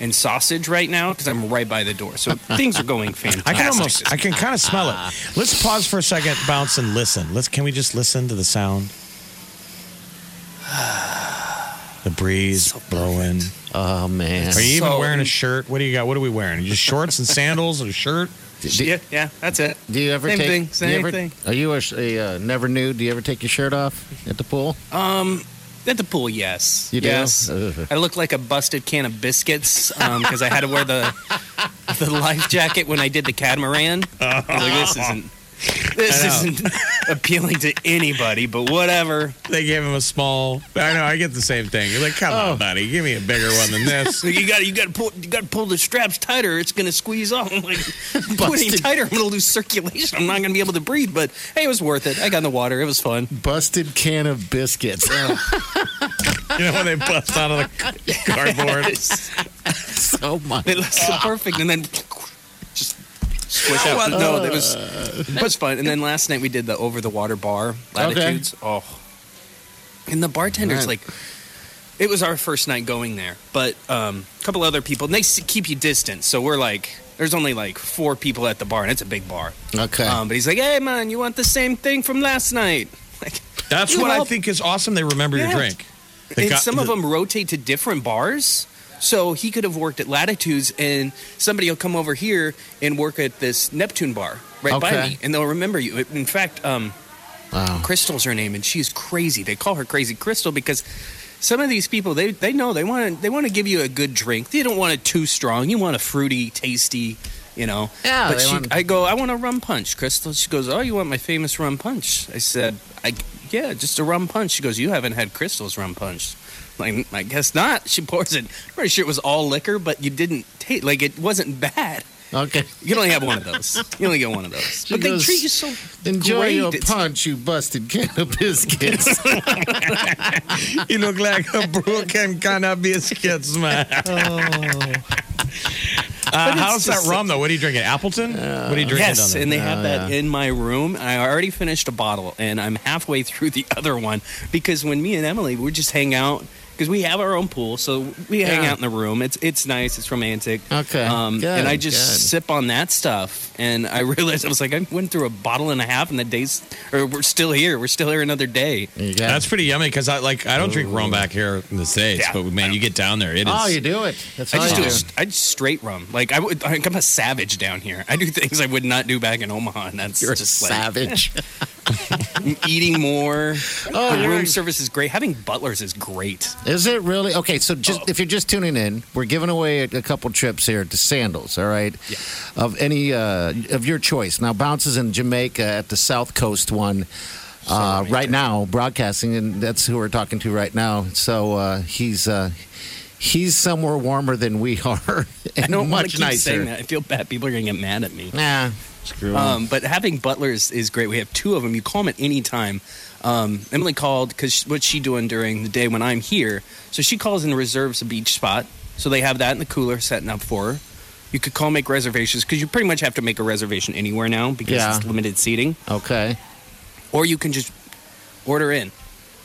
Speaker 10: and sausage right now because I'm right by the door.
Speaker 2: <laughs>
Speaker 10: So things are going fantastic.
Speaker 3: I can almost, I can kind of smell it. Let's pause for a second, bounce, and listen. Let's, can we just listen to the sound? The breeze blowing.
Speaker 2: Oh man.
Speaker 3: Are you even
Speaker 10: So-
Speaker 3: wearing a shirt? What do you got? What are we wearing? Just shorts and sandals and a shirt?
Speaker 10: yeah, yeah, that's it.
Speaker 2: Do you ever
Speaker 10: same
Speaker 2: take?
Speaker 10: thing?
Speaker 2: do you
Speaker 10: Same
Speaker 2: ever-
Speaker 10: thing.
Speaker 2: Are you a, a uh, never nude? Do you ever take your shirt off at the pool?
Speaker 10: At the pool, yes.
Speaker 2: You do? Oh, Uh-huh.
Speaker 10: yes.
Speaker 2: Ugh.
Speaker 10: I look like a busted can of biscuits because I had to wear <laughs> the the life jacket when I did the catamaran. I was like, this isn't this isn't <laughs> appealing to anybody, but whatever.
Speaker 3: They gave him a small. I know. I get the same thing. You're like, come
Speaker 10: Oh.
Speaker 3: on, buddy, give me a bigger one than this. <laughs>
Speaker 10: You got you got to pull you got to pull the straps tighter. It's gonna squeeze off. <laughs> I'm like, I'm putting it
Speaker 2: Busted.
Speaker 10: tighter. I'm gonna lose circulation. I'm not gonna be able to breathe. But hey, it was worth it. I got in the water. It was <laughs> fun.
Speaker 2: Busted can of biscuits. Oh,
Speaker 3: You know when they bust out
Speaker 10: <laughs>
Speaker 3: of the
Speaker 2: <laughs>
Speaker 3: cardboard.
Speaker 2: so much.
Speaker 10: It looks so perfect, and then just squish out. no, that was that was fun. And then last night we did the over the water bar latitudes. Oh, and the bartender's
Speaker 2: Right.
Speaker 10: like, It was our first night going there, but um, a couple other people, and they s- keep you distant. So we're like, there's only like four people at the bar, and it's a big bar.
Speaker 2: Okay.
Speaker 10: Um, but he's like, hey, man, you want the same thing from last night? Like,
Speaker 3: That's
Speaker 10: you
Speaker 3: what I
Speaker 10: know,
Speaker 3: think is awesome. They remember
Speaker 10: Yeah.
Speaker 3: your drink. They
Speaker 10: and
Speaker 3: got-
Speaker 10: some of them rotate to different bars. So he could have worked at Latitudes, and somebody will come over here and work at this Neptune bar right by
Speaker 2: Okay.
Speaker 10: me, and they'll remember you. In fact, um,
Speaker 2: Wow.
Speaker 10: Crystal's her name, and she's crazy. They call her Crazy Crystal because some of these people they, they know they want to they want to give you a good drink. They don't want it too strong. You want a fruity, tasty, you know.
Speaker 2: Yeah,
Speaker 10: But
Speaker 2: they
Speaker 10: she,
Speaker 2: want-
Speaker 10: I go, I want a rum punch, Crystal. She goes, Oh, you want my famous rum punch? I said, I yeah, just a rum punch. She goes, You haven't had Crystal's rum punch. I'm Like, I guess not. She pours it. I'm pretty sure it was all liquor, but you didn't taste like it wasn't bad.
Speaker 2: Okay.
Speaker 10: You can only have one of those. You only get one of those.
Speaker 2: <laughs> She
Speaker 10: But they
Speaker 2: goes,
Speaker 10: treat you so
Speaker 2: Enjoy
Speaker 10: great.
Speaker 2: your
Speaker 10: It's-
Speaker 2: punch, you busted can of
Speaker 10: <laughs>
Speaker 2: biscuits.
Speaker 3: you look like a broken can of biscuits, man.
Speaker 10: <laughs>
Speaker 3: Uh,
Speaker 10: Oh. it's
Speaker 3: how's that
Speaker 10: just- Uh,
Speaker 3: rum though? What are you drinking? Appleton? what are you drinking?
Speaker 10: Yes,
Speaker 3: down there?
Speaker 10: and they
Speaker 2: Oh,
Speaker 10: have that in my room. I already finished a bottle, and I'm halfway <laughs> through the other one because when me and Emily we just hang out because we have our own pool, so we hang
Speaker 2: Yeah.
Speaker 10: out in the room. It's it's nice, it's romantic.
Speaker 2: Okay,
Speaker 10: um,
Speaker 2: good,
Speaker 10: and I just
Speaker 2: good.
Speaker 10: sip on that stuff, and I <laughs> realized I was like, I went through a bottle and a half, and the days or we're still here. We're still here another day.
Speaker 3: That's pretty yummy because I like I don't drink rum back here in the states, but man, you get down there, it is.
Speaker 2: oh, you do it. That's
Speaker 10: I
Speaker 2: all
Speaker 10: just do
Speaker 2: you
Speaker 10: it, st- I just straight rum. Like I would, like, I'm a savage down here. I do <laughs> things I would not do back in Omaha, and that's
Speaker 2: You're a
Speaker 10: just
Speaker 2: savage.
Speaker 10: Like, eating <laughs> more.
Speaker 2: Oh,
Speaker 10: the
Speaker 2: you're
Speaker 10: room
Speaker 2: in-
Speaker 10: service is great. Having butlers is great.
Speaker 2: Is it really okay? So,
Speaker 10: Oh.
Speaker 2: just if you're just tuning in, we're giving away a, a couple trips here to Sandals. All right, of any uh, of your choice. Now, bounces in Jamaica at the South Coast one. Uh, right now, broadcasting, and that's who we're talking to right now. So uh, he's uh, he's somewhere warmer than we <laughs> are, and
Speaker 10: I <laughs> don't want
Speaker 2: much
Speaker 10: to keep
Speaker 2: nicer.
Speaker 10: saying that. I feel bad. People are going to get mad at me.
Speaker 2: Nah, screw
Speaker 10: Um,
Speaker 2: um,
Speaker 10: but having butlers is great. We have two of them. You call them at any time. Um, Emily called because what's she doing during the day when I'm here? So she calls and reserves a beach spot. So they have that in the cooler setting up for her. You could call make reservations because you pretty much have to make a reservation anywhere now because
Speaker 2: Yeah.
Speaker 10: it's limited seating.
Speaker 2: Okay.
Speaker 10: Or you can just order in.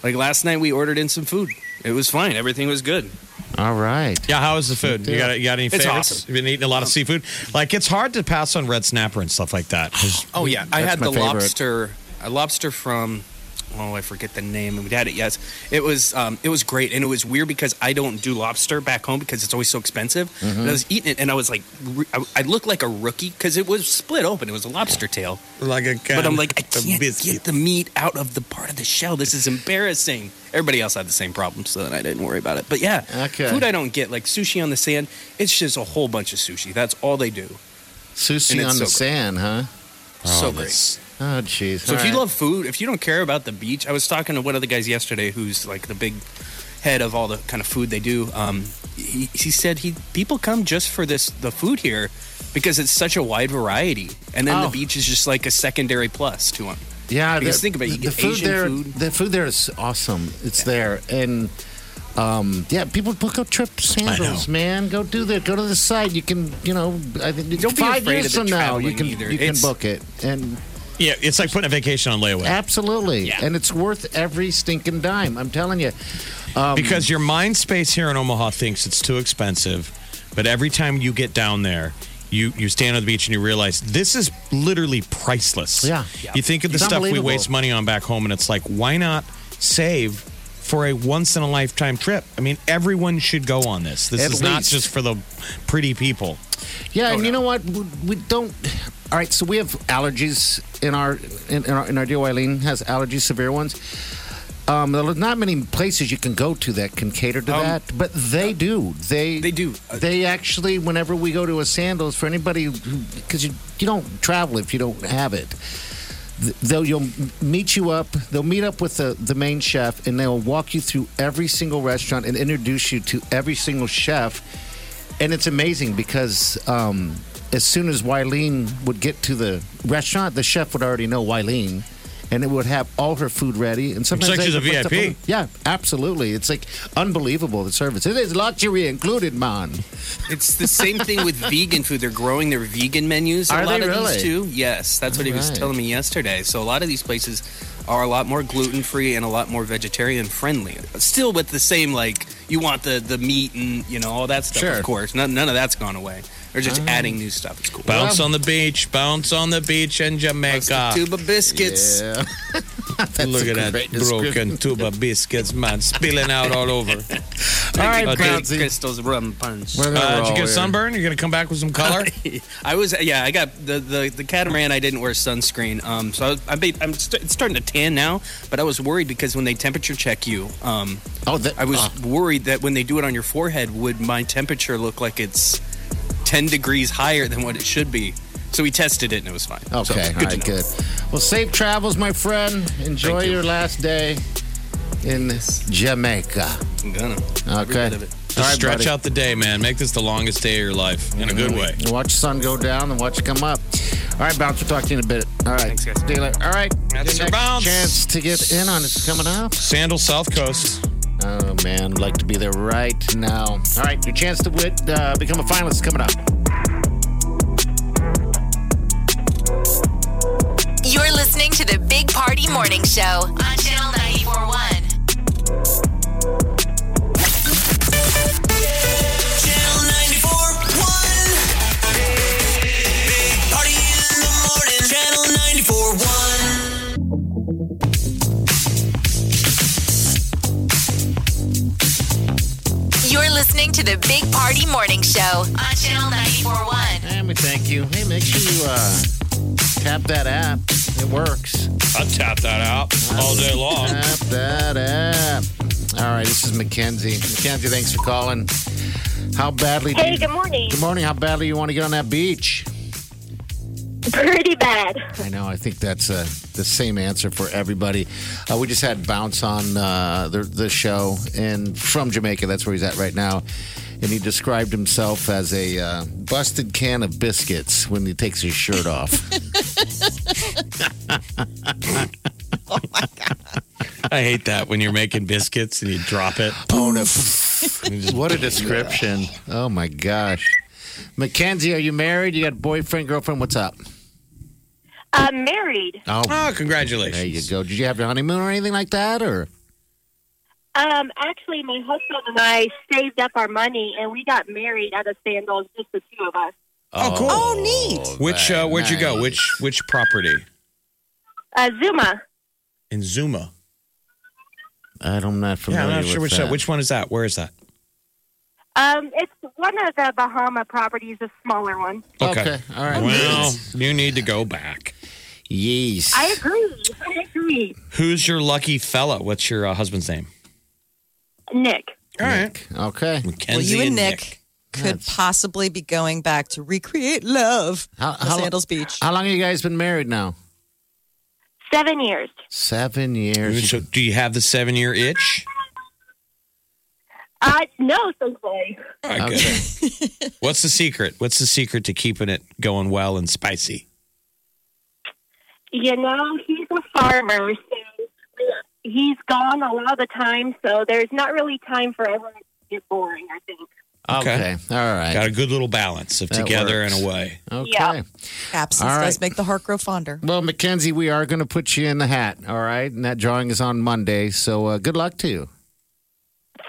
Speaker 10: Like last night, we ordered in some food. It was fine. Everything was good.
Speaker 2: All right.
Speaker 3: Yeah, how is the food? You got you got any
Speaker 10: It's
Speaker 3: favorites?
Speaker 10: awesome.
Speaker 3: You've been eating a lot of seafood. Like it's hard to pass on red snapper and stuff like that. 'cause-
Speaker 10: Oh yeah, I
Speaker 2: That's
Speaker 10: had
Speaker 2: my
Speaker 10: the
Speaker 2: favorite.
Speaker 10: lobster. A lobster from. Oh, I forget the name. We had it. Yes, it was. Um, it was great, and it was weird because I don't do lobster back home because it's always so expensive.
Speaker 2: Mm-hmm.
Speaker 10: And I was eating it, and I was like, re- I, I looked like a rookie because it was split open. It was a lobster tail,
Speaker 3: like a
Speaker 10: but I'm like, I can't get the meat out of the part of the shell. This is embarrassing. Everybody else had the same problem, so then I didn't worry about it. But yeah,
Speaker 2: Okay.
Speaker 10: food I don't get like sushi on the sand. It's just a whole bunch of sushi. That's all they do. and
Speaker 2: Sushi
Speaker 10: it's
Speaker 2: on
Speaker 10: so
Speaker 2: the
Speaker 10: great.
Speaker 2: sand, huh?
Speaker 10: so great.
Speaker 2: Oh, jeez.
Speaker 10: So
Speaker 2: All
Speaker 10: if you
Speaker 2: right.
Speaker 10: love food, if you don't care about the beach, I was talking to one of the guys yesterday who's like the big head of all the kind of food they do. Um, he, he said he people come just for this the food here because it's such a wide variety, and then the
Speaker 2: Oh.
Speaker 10: beach is just like a secondary plus to them.
Speaker 2: Yeah,
Speaker 10: Because think about it, you get Asian
Speaker 2: there,
Speaker 10: food.
Speaker 2: The food there is awesome. It's there, and um, yeah, people book up trip sandals, man. Go do that. Go to the site. You can, you know, I think
Speaker 10: Don't be
Speaker 2: five
Speaker 10: afraid
Speaker 2: years
Speaker 10: of the
Speaker 2: from now, you
Speaker 10: traveling
Speaker 2: can
Speaker 10: either.
Speaker 2: you
Speaker 10: It's-
Speaker 2: can book it, and
Speaker 3: Yeah, it's like putting a vacation on layaway
Speaker 2: absolutely,
Speaker 10: Yeah.
Speaker 2: and it's worth every stinking dime. I'm telling you. Um,
Speaker 3: because your mind space here in Omaha thinks it's too expensive, but every time you get down there. You, you stand on the beach and you realize this is literally priceless.
Speaker 2: Yeah.
Speaker 3: You think of the
Speaker 2: It's
Speaker 3: stuff we
Speaker 2: unbelievable.
Speaker 3: waste money on back home, and it's like, why not save for a once in a lifetime trip? I mean, everyone should go on this. This
Speaker 2: At
Speaker 3: is not
Speaker 2: least.
Speaker 3: just for the pretty people.
Speaker 2: Yeah, and you know what? We, we don't. All right, so we have allergies in our in, in our in our dear Eileen has allergies, severe ones. Um, there are not many places you can go to that can cater to
Speaker 10: Um,
Speaker 2: that, but they do. They
Speaker 10: They do. Uh,
Speaker 2: They actually, whenever we go to a sandals for anybody, because you you don't travel if you don't have it. Th- They'll you'll meet you up. They'll meet up with the, the main chef, and they'll walk you through every single restaurant and introduce you to every single chef. And it's amazing because um, as soon as Wileen would get to the restaurant, the chef would already know Wileen, and it would have all her food ready. And sometimes
Speaker 3: like
Speaker 2: they
Speaker 3: she's a
Speaker 2: even put stuff
Speaker 3: VIP.
Speaker 2: on- Yeah, absolutely. It's like unbelievable the service. It is luxury included, man.
Speaker 10: It's the same thing with vegan food. They're growing their vegan menus.
Speaker 2: Are
Speaker 10: a lot
Speaker 2: they
Speaker 10: of
Speaker 2: really?
Speaker 10: these too. Yes, that's what he was
Speaker 2: Alright.
Speaker 10: telling me yesterday. So a lot of these places, are a lot more gluten free and a lot more vegetarian friendly. Still with the same like you want the the meat and you know all that stuff.
Speaker 3: Sure.
Speaker 10: Of course, none, none of that's gone away. They're just
Speaker 3: Oh.
Speaker 10: adding new stuff. It's cool.
Speaker 3: Bounce on the beach, bounce on the beach in Jamaica.
Speaker 10: Tube of biscuits. <laughs>
Speaker 3: Yeah. Look
Speaker 10: a
Speaker 3: at that
Speaker 10: great
Speaker 3: broken
Speaker 10: description.
Speaker 3: tube of biscuits, man, spilling out
Speaker 2: <laughs>
Speaker 3: all over. all
Speaker 10: All right, Crystal's rum punch.
Speaker 3: Uh, did you get sunburn? You're gonna come back with some <laughs> color.
Speaker 10: I was yeah. I got the, the the catamaran. I didn't wear sunscreen. Um, so I, was- I made, I'm st- it's starting to tan now. But I was worried because when they temperature check you, um,
Speaker 2: oh,
Speaker 10: I was worried that when they do it on your forehead, would my temperature look like it's ten degrees higher than what it should be? So we tested it and it was fine. So
Speaker 2: oh, Okay,
Speaker 10: it's
Speaker 2: all
Speaker 10: to
Speaker 2: right,
Speaker 10: know.
Speaker 2: good. Well, safe travels, my friend. Enjoy your last day in Jamaica.
Speaker 10: I'm gonna.
Speaker 2: Okay.
Speaker 3: Just
Speaker 2: All right,
Speaker 3: stretch
Speaker 2: buddy.
Speaker 3: out the day, man. Make this the longest day of your life in a good way.
Speaker 2: Watch the sun go down and watch it come up. All right, Bounce, we'll talk to you in a bit. All right. Thanks, guys. All right.
Speaker 3: That's your
Speaker 2: Next
Speaker 3: bounce.
Speaker 2: Chance to get in on it's coming up.
Speaker 3: Sandal South Coast.
Speaker 2: Oh, man. I'd like to be there right now. All right, your chance to win, uh, become a finalist is coming up.
Speaker 1: You're listening to the Big Party Morning Show on Channel 941.
Speaker 5: Channel 94.1. Big party in the morning. Channel 94.1.
Speaker 1: You're listening to the Big Party Morning Show on Channel 941.
Speaker 2: And we thank you. Hey, make sure you uh, tap that app. It works.
Speaker 3: I tap that out all day long.
Speaker 2: Tap that app. All right, this is Mackenzie. Mackenzie, thanks for calling. How badly? do
Speaker 11: Hey,
Speaker 2: you-
Speaker 11: good morning.
Speaker 2: Good morning. How badly you want to get on that beach?
Speaker 11: Pretty bad.
Speaker 2: I know. I think that's uh, the same answer for everybody. Uh, we just had Bounce on uh, the, the show, and from Jamaica, that's where he's at right now. And he described himself as a uh, busted can of biscuits when he takes his shirt off.
Speaker 3: <laughs> oh my god. <laughs> I hate that when you're making biscuits and you drop it. Oh
Speaker 2: <laughs>
Speaker 3: no.
Speaker 2: what a description. Oh my gosh. Mackenzie, are you married? You got boyfriend, girlfriend? What's up?
Speaker 11: Uh, married.
Speaker 2: Oh,
Speaker 3: congratulations.
Speaker 2: There you go. Did you have your honeymoon or anything like that? Or
Speaker 11: Um, actually, my husband and I saved up our money and we got married at a sandals, just the two of us.
Speaker 3: Oh, cool.
Speaker 11: neat.
Speaker 3: Which uh, where'd you go? Which which property?
Speaker 11: Uh, Zuma.
Speaker 3: In Zuma.
Speaker 2: I'm not
Speaker 3: Yeah,
Speaker 2: familiar
Speaker 3: I'm not sure
Speaker 2: with
Speaker 3: which that.
Speaker 2: that.
Speaker 3: which one is that? Where is that?
Speaker 11: Um, it's one of the Bahama properties, a smaller one.
Speaker 2: Okay, all right.
Speaker 3: Well, you need to go back.
Speaker 2: Yes.
Speaker 11: I agree. I agree.
Speaker 3: Who's your lucky fella? What's your uh, husband's name?
Speaker 11: Nick.
Speaker 3: All right.
Speaker 2: Okay.
Speaker 4: Well,
Speaker 3: Mackenzie
Speaker 4: you and
Speaker 3: and
Speaker 4: Nick, could possibly be going back to recreate love
Speaker 2: How-
Speaker 4: at
Speaker 2: how-
Speaker 4: Sandals Beach.
Speaker 2: how long have you guys been married now?
Speaker 11: Seven years.
Speaker 2: Seven years.
Speaker 3: So, do you have the seven year itch?
Speaker 11: Uh, no, thankfully.
Speaker 3: Okay. <laughs> What's the secret? What's the secret to keeping it going well and spicy?
Speaker 11: You know, he's a farmer, so he's gone a lot of the time, so there's not really time for everyone to get boring, I think.
Speaker 2: Okay. All right.
Speaker 3: Got a good little balance of
Speaker 2: That
Speaker 3: together
Speaker 2: works.
Speaker 3: and away.
Speaker 2: Okay.
Speaker 4: Absence
Speaker 2: All
Speaker 4: does
Speaker 2: right.
Speaker 4: make the heart grow fonder. <laughs>
Speaker 2: Well, Mackenzie, we are going to put you in the hat. All right. And that drawing is on Monday. So uh, good luck to you.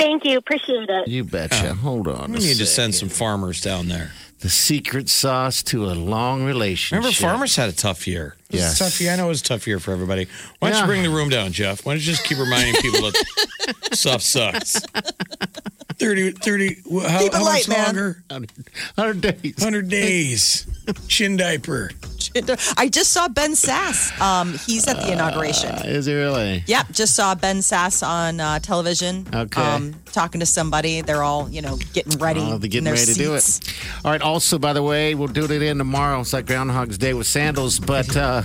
Speaker 11: Thank you. Appreciate it.
Speaker 2: You betcha. Hold on.
Speaker 3: Uh, We
Speaker 2: a
Speaker 3: need to
Speaker 2: sec.
Speaker 3: send some farmers down there.
Speaker 2: The secret sauce to a long relationship.
Speaker 3: Remember, farmers had a tough year. It was a
Speaker 2: Yes.
Speaker 3: tough year. I know it was a tough year for everybody. Why don't
Speaker 2: Yeah.
Speaker 3: you bring the room down, Jeff? Why don't you just keep reminding people that <laughs> stuff sucks? 30, 30, wh- how,
Speaker 4: Keep it
Speaker 3: how
Speaker 4: light,
Speaker 3: much
Speaker 4: man.
Speaker 3: longer?
Speaker 2: 100 days.
Speaker 3: 100 days. Chin diaper.
Speaker 4: I just saw Ben Sass. Um, he's at the inauguration.
Speaker 2: Is he really?
Speaker 4: Yeah, just saw Ben Sass on uh, television. Um,
Speaker 2: Okay.
Speaker 4: talking to somebody. They're all, you know, getting ready.
Speaker 2: Oh, they're
Speaker 4: in
Speaker 2: getting
Speaker 4: their
Speaker 2: ready to do
Speaker 4: seats.
Speaker 2: it. All right. Also, by the way, we'll do it in tomorrow. It's like Groundhog's Day with sandals, but uh,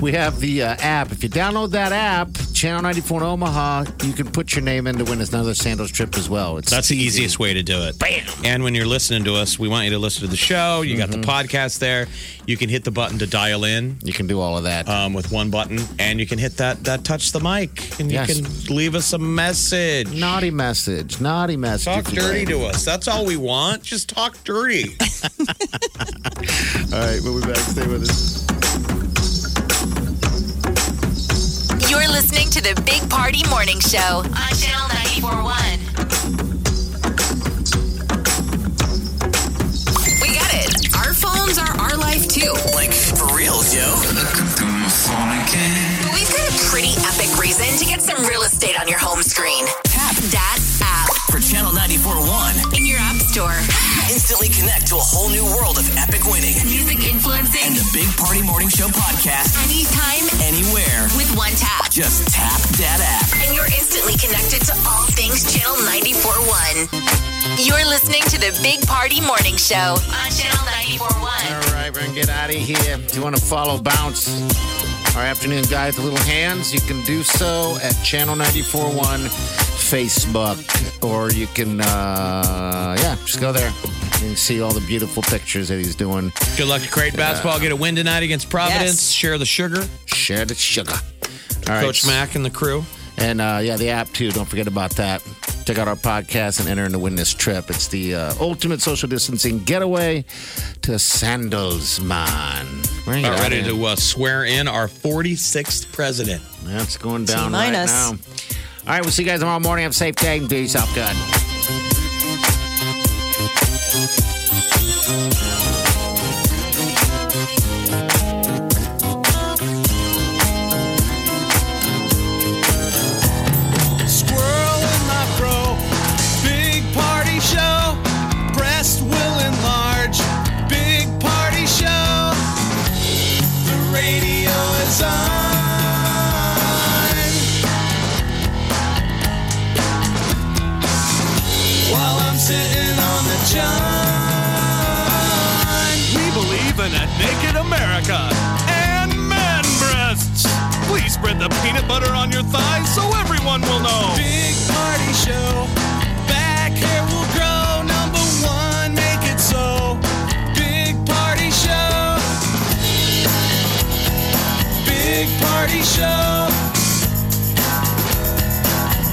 Speaker 2: we have the uh, app. If you download that app, Channel 94 in Omaha, you can put your name in to win another sandals trip as well. It's
Speaker 3: That's the easiest way to do it. Bam. And when you're listening to us, we want you to listen to the show. You got the
Speaker 2: Mm-hmm.
Speaker 3: podcast there. You can hit the button to dial in.
Speaker 2: You can do all of that
Speaker 3: um, with one button, and you can hit that that touch the mic, and
Speaker 2: Yes.
Speaker 3: you can leave us a message.
Speaker 2: naughty message. Naughty message.
Speaker 3: Talk
Speaker 2: if you
Speaker 3: dirty
Speaker 2: like.
Speaker 3: to us. That's all we want. Just talk dirty.
Speaker 2: All right. We'll be back. Stay with us.
Speaker 1: You're listening to the Big Party Morning Show on Channel 941. We got it. Our phones are our life too. Like for real, yo. But we've got a pretty epic reason to get some real estate on your home screen. Tap that app
Speaker 5: For Channel 94.1,
Speaker 1: in your app store.
Speaker 5: <gasps> instantly connect to a whole new world of epic winning.
Speaker 1: Music influencing.
Speaker 5: And the Big Party Morning Show podcast
Speaker 1: Anytime,
Speaker 5: anywhere.
Speaker 1: with one tap.
Speaker 5: Just tap that app.
Speaker 1: And you're instantly connected to all things Channel 941. You're listening to the Big Party Morning Show on Channel 941.
Speaker 2: All right, we're gonna get out of here. If you want to follow Bounce, our afternoon guy with the little hands, you can do so at Channel 941 Facebook, or you can, uh, yeah, just go there. You can see all the beautiful pictures that he's doing.
Speaker 3: Good luck to Creighton basketball. Get a win tonight against Providence. Share the sugar.
Speaker 2: Share the sugar. All right.
Speaker 3: Coach Mack and the crew.
Speaker 2: And uh, yeah, the app too. Don't forget about that. Check out our podcast and enter in to win this trip. It's the uh, ultimate social distancing getaway to Sandelsman. We're gonna
Speaker 3: All
Speaker 2: get out
Speaker 3: ready
Speaker 2: of here.
Speaker 3: to uh, swear in our 46th president.
Speaker 2: That's going down right now. All right, we'll see you guys tomorrow morning. Have a safe day. and Do yourself good.
Speaker 5: Squirrel in my fro. Big party show. Breast will enlarge. Big party show. The radio is on. While I'm sitting on the john.
Speaker 12: We believe in a naked America and man breasts. Please spread the peanut butter on your thighs so everyone will know.
Speaker 5: Big party show. Back hair will grow. Number one, make it so. Big party show. Big party show.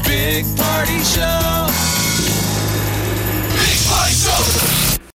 Speaker 5: Big party show. Big party show.